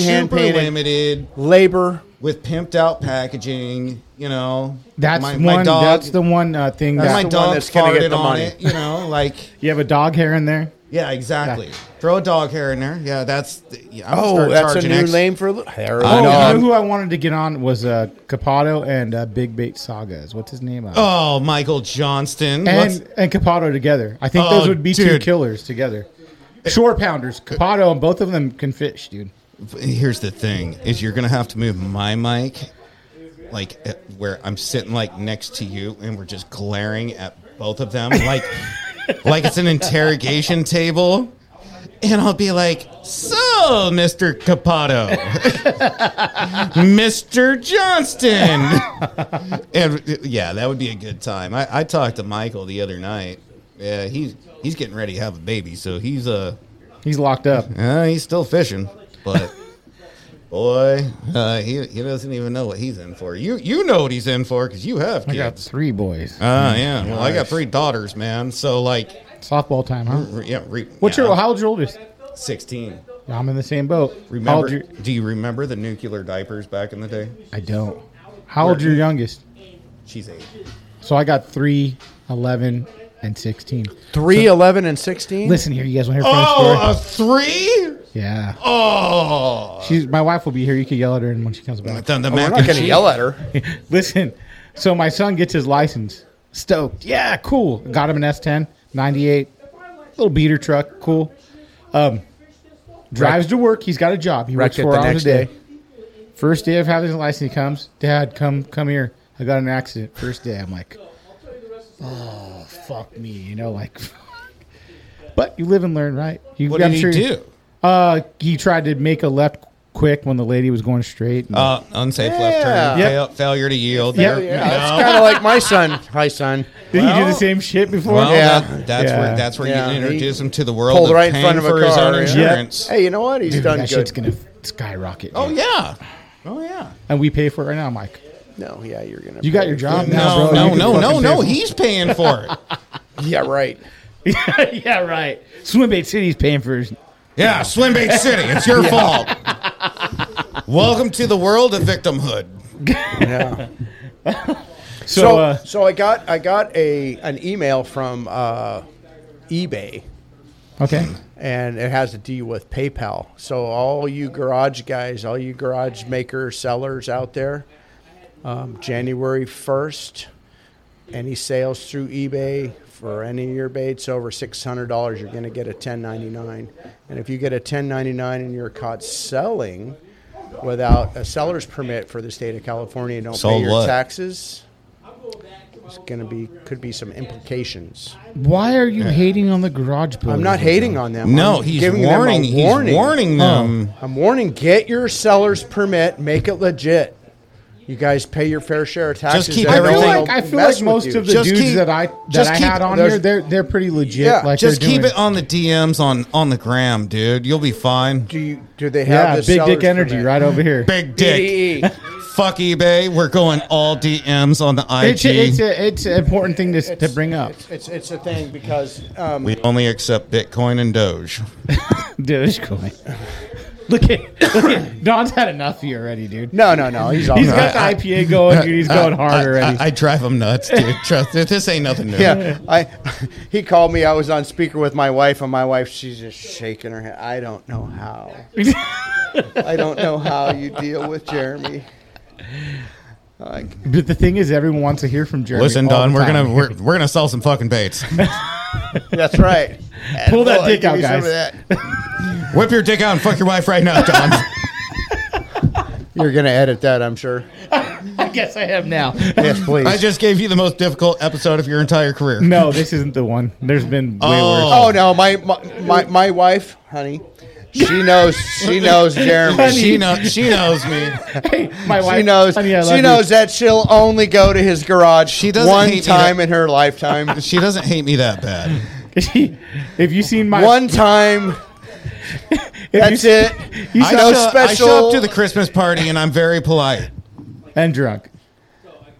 handmade, hand
hand-painted.
limited
labor.
with pimped out packaging. You know,
That's
my,
one.
my dog.
that's the one uh, thing
my
that
the one
dog
that's gonna
farted
get the
on
money.
it. You know, like
you have a dog hair in there.
Yeah, exactly. Throw a dog hair in there. Yeah, that's. Yeah, I'm gonna
Oh,
start
that's a
charging
new
extra-
name for a little. There
I
we
know.
go.
You know who Oh, I wanted to get on was uh, Capado and uh, Big Bait Sagas. What's his name? Uh,
Oh, Michael Johnston. What's-
and and Capado together. I think
Oh,
those would be two
dude. Eh.
killers together. Shore pounders, Capado, and both of them can fish, dude.
here's the thing: is you're gonna have to move my mic, like at- where I'm sitting, like next to you, and we're just glaring at both of them, like, like it's an interrogation table. And I'll be like, so, Mr. Capado, Mr. Johnston. and uh, yeah, that would be a good time. I, I talked to Michael the other night. Yeah, he's he's getting ready to have a baby, so he's uh
He's locked up.
uh, he's still fishing, but boy, uh, he he doesn't even know what he's in for. You you know what he's in for because you have
I got
kids.
three boys.
Ah, yeah. Well, I got three daughters, man. So like,
Softball time, huh?
re- yeah. Re,
What's
yeah,
your? How old's your oldest?
sixteen?
I'm in the same boat. How
Remember?
old's your-
do you remember the nuclear diapers back in the day?
I don't. How old's your youngest?
She's eight.
So I got three, 11, and sixteen.
Three, eleven, and sixteen.
Listen here, you guys want to hear a funny
Oh, a
story?
three?
yeah.
Oh,
She's Oh, my wife will be here. You can yell at her, and when she comes back,
the, the
We're
mac
not
and
going to
cheese.
yell at her.
Listen, so my son gets his license. Stoked. Yeah, cool. Got him an S10, 98, little beater truck. Cool. Um, drives to work. He's got a job. He works
Wrecked it
four
the
hours
next
a day.
day.
First day of having his license, he comes. Dad, come, come here. I got in an accident. First day. I'm like, oh fuck me, you know, like. But you live and learn, right? You,
What did
I'm
he
sure-
do?
Uh, he tried to make a left quick when the lady was going straight. and-
Uh, unsafe left turn.
Yeah.
Fail, failure to yield.
Yeah.
There-
Yeah,
no.
it's kind of like my son. Hi, son.
Did he do the same shit before?
Well,
Yeah.
that- that's
Yeah.
where that's where
Yeah.
you introduce
He
him to the world
Pulled
of
right in
paying
front of a
for
car.
his own
yeah.
insurance.
Hey, you know what? He's
Dude,
done
that
good.
shit's gonna skyrocket.
Oh
dude.
yeah, oh yeah.
and we pay for it right now, Mike.
no, yeah, you're gonna.
You got
pay
your
for
job
it.
now,
No,
bro.
no,
You can
no, no,
fucking
no.
pay for it.
He's paying for it.
Yeah, right.
yeah, right. Swim Bait City's paying for his
yeah, Swim Bait City. It's your fault. Welcome to the world of victimhood.
Yeah.
So,
so,
uh,
so I got I got a an email from uh, eBay,
okay.
and it has to do with PayPal. So all you garage guys, all you garage maker sellers out there, um, January first, any sales through eBay for any of your baits over six hundred dollars, you're going to get a ten ninety nine, and if you get a ten ninety nine and you're caught selling without a seller's permit for the state of California, and don't
Sold
pay your
what?
taxes. It's going to be could be some implications.
Why are you hating on the garage builders?
I'm not hating on them.
No,
I'm
he's
giving them a
warning. He's
warning.
warning them.
I'm warning. Get your seller's permit. Make it legit. You guys pay your fair share of taxes.
Just keep
and
I feel
everything-
they'll
like I feel
mess
like
with
most
you.
of the
Just
dudes
keep-
that I that
just
I
keep-
had on
there's-
here, they're they're pretty legit.
Yeah,
like
Just
they're
keep
doing-
it on the DMs on on the gram, dude. You'll be fine.
Do you, do they have
Yeah,
this
big dick
seller's
energy
permit?
right over here.
Big dick.
DDE.
Fuck eBay. We're going all DMs on the
It's a, it's
IG.
a, it's an important thing to, to bring up,
It's, it's it's a thing because um,
We only accept Bitcoin and Doge.
dude. It's cool. Look at, look at Don's had enough of you already, dude.
no no no he's all
He's
right.
got the IPA going, dude. He's going hard
I-
already.
I, I drive him nuts, dude. Trust it. This ain't nothing new.
yeah I he called me I was on speaker with my wife and my wife she's just shaking her head I don't know how I don't know how you deal with Jeremy. Like,
But the thing is, everyone wants to hear from Jeremy.
Listen,
all
Don,
the
we're
time.
gonna we're, we're gonna sell some fucking baits.
That's right.
Pull that
Boy,
dick
give
out,
me some of
guys.
that.
Whip your dick out and fuck your wife right now, Don.
You're gonna edit that, I'm sure.
I guess I have now.
Yes, please.
I just gave you the most difficult episode of your entire career.
no, this isn't the one. There's been way
Oh.
worse.
oh no, my, my my my wife, honey, she knows she knows Jeremy.
She knows she knows me.
Hey, my wife.
Oh, She knows.
honey, I love
she
you.
knows that she'll only go to his garage
She doesn't
one
hate me
time
that-
in her lifetime.
She doesn't hate me that bad.
if you seen my
one time.
if
That's
you-
it.
You
I,
no
saw-
show, I show
special-
up to the Christmas party and I'm very polite.
and drunk.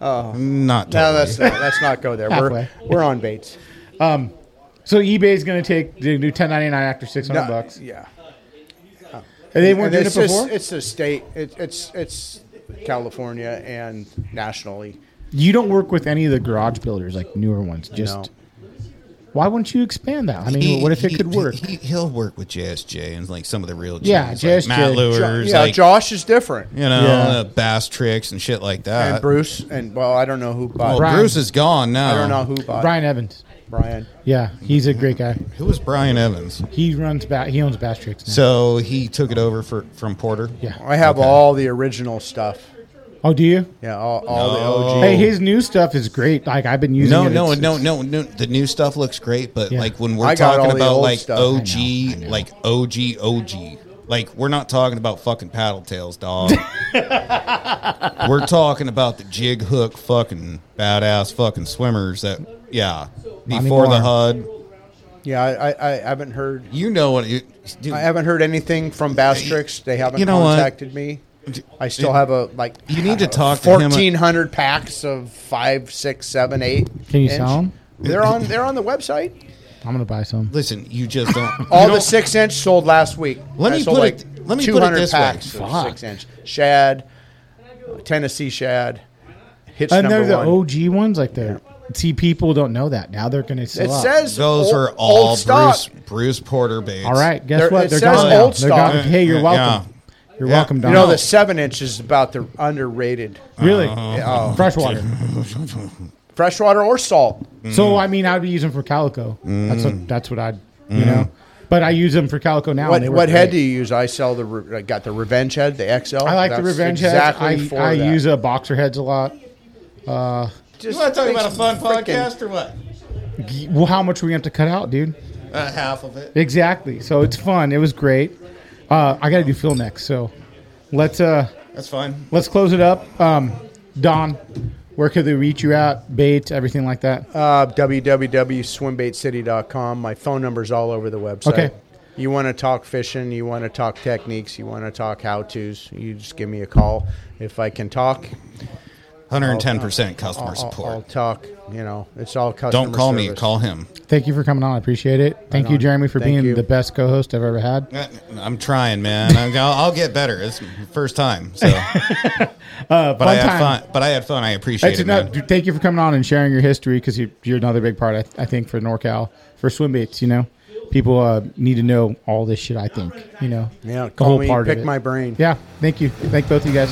Not
No,
totally.
that's not, let's not go there. We're
Halfway.
we're on baits.
So eBay's gonna take the new 10.99 after 600
No,
bucks.
Yeah.
And they weren't doing
And
it
it's just-
before.
it's the state. It, it's it's California and nationally.
you don't work with any of the garage builders, like newer ones. Just
No.
Why wouldn't you expand that? I mean, what if it could work?
He, will work with JSJ and like some of the real
Yeah,
J's, like
JSJ.
Matt Lewis,
yeah,
like,
Josh is different.
you know,
Yeah.
uh, bass tricks and shit like that.
And Bruce, and well, I don't know who bought.
well,
Brian.
Bruce is gone now.
I don't know who bought.
Brian Evans.
Brian.
Yeah, he's a great guy.
Who was Brian Evans?
He runs back. He owns Bass Tricks. Now.
So he took it over for from Porter.
Yeah.
I have all the original stuff.
Oh, do you?
Yeah, all, all the OG.
Hey, his new stuff is great. Like I've been using.
No,
it.
no,
It's-
no, no, no. The new stuff looks great, but
Yeah.
like when we're
I got all
talking
the
about
old
like
stuff.
OG, like OG, OG, like we're not talking about fucking paddle tails, dog. we're talking about the jig hook, fucking badass, fucking swimmers that, yeah, before the
Moore.
HUD.
Yeah, I, I, I haven't heard.
You know what? You, dude,
I haven't heard anything from Bastrix. They haven't
You know what?
contacted me. I still have a like.
You need to talk to him a-
Fourteen hundred packs of five, six, seven, eight.
Can you
inch.
sell 'em?
They're on. They're on the website.
I'm gonna buy some.
listen, you just don't. you
All the
don't-
six inch sold last week.
Let
I
me
sold
put
like
it- let me put it
200
this way.
packs of
Fuck.
six inch shad, Tennessee shad, hitch
And they're
number
the
one.
OG ones. Like the see, people don't know that now. They're gonna sell.
It
out.
says
Those
old-
are all
old stock.
Bruce, Bruce Porter baits.
All right, guess
They're-
what?
it
They're
says
gone now.
old
They're
stock.
gone. Hey, you're
Yeah.
welcome. You're
Yeah.
welcome, Don.
You know, the seven inch is about the underrated.
really
Oh.
freshwater.
Freshwater or salt.
So
Mm.
I mean, I'd be using for calico. That's what that's what I'd you know. But I use them for calico now.
Mm. What,
and they work
what head
great.
do you use? I sell the. Re- I got the Revenge head, the XL.
I like the
That's
revenge
exactly
heads.
For
I, I
that.
use a boxer heads a lot.
Just
You want to talk about a
freaking-
fun
freaking-
podcast or what?
Well, how much we have to cut out, dude?
Uh, half of it.
Exactly. So it's fun. It was great. Uh, I got to do Phil next. So let's uh,
That's fine.
let's close it up. Um, Don, where could they reach you at? Bait, everything like that.
Uh, www.swimbaitcity.com. My phone number's all over the website.
Okay.
You want to talk fishing? You want to talk techniques? You want to talk how tos? You just give me a call. If I can talk,
110% customer
I'll,
support.
I'll talk. You know, it's all customer.
Don't call me,
service.
call him.
Thank you for coming on. I appreciate it. Thank you,
on.
Jeremy, for
Thank
being
you.
the best co-host I've ever had.
Uh, I'm trying, man. I'm, I'll, I'll get better. It's my first time, so. but I
fun
had
time.
fun. But I had fun. I appreciate
That's
it.
another,
man.
dude, thank you for coming on and sharing your history because you, you're another big part, I, I think, for NorCal for swim baits. You know, people uh, need to know all this shit. I think, you know,
Yeah,
the
call
whole
me.
part of
Pick
it.
my brain.
Yeah, thank you, thank both of you guys.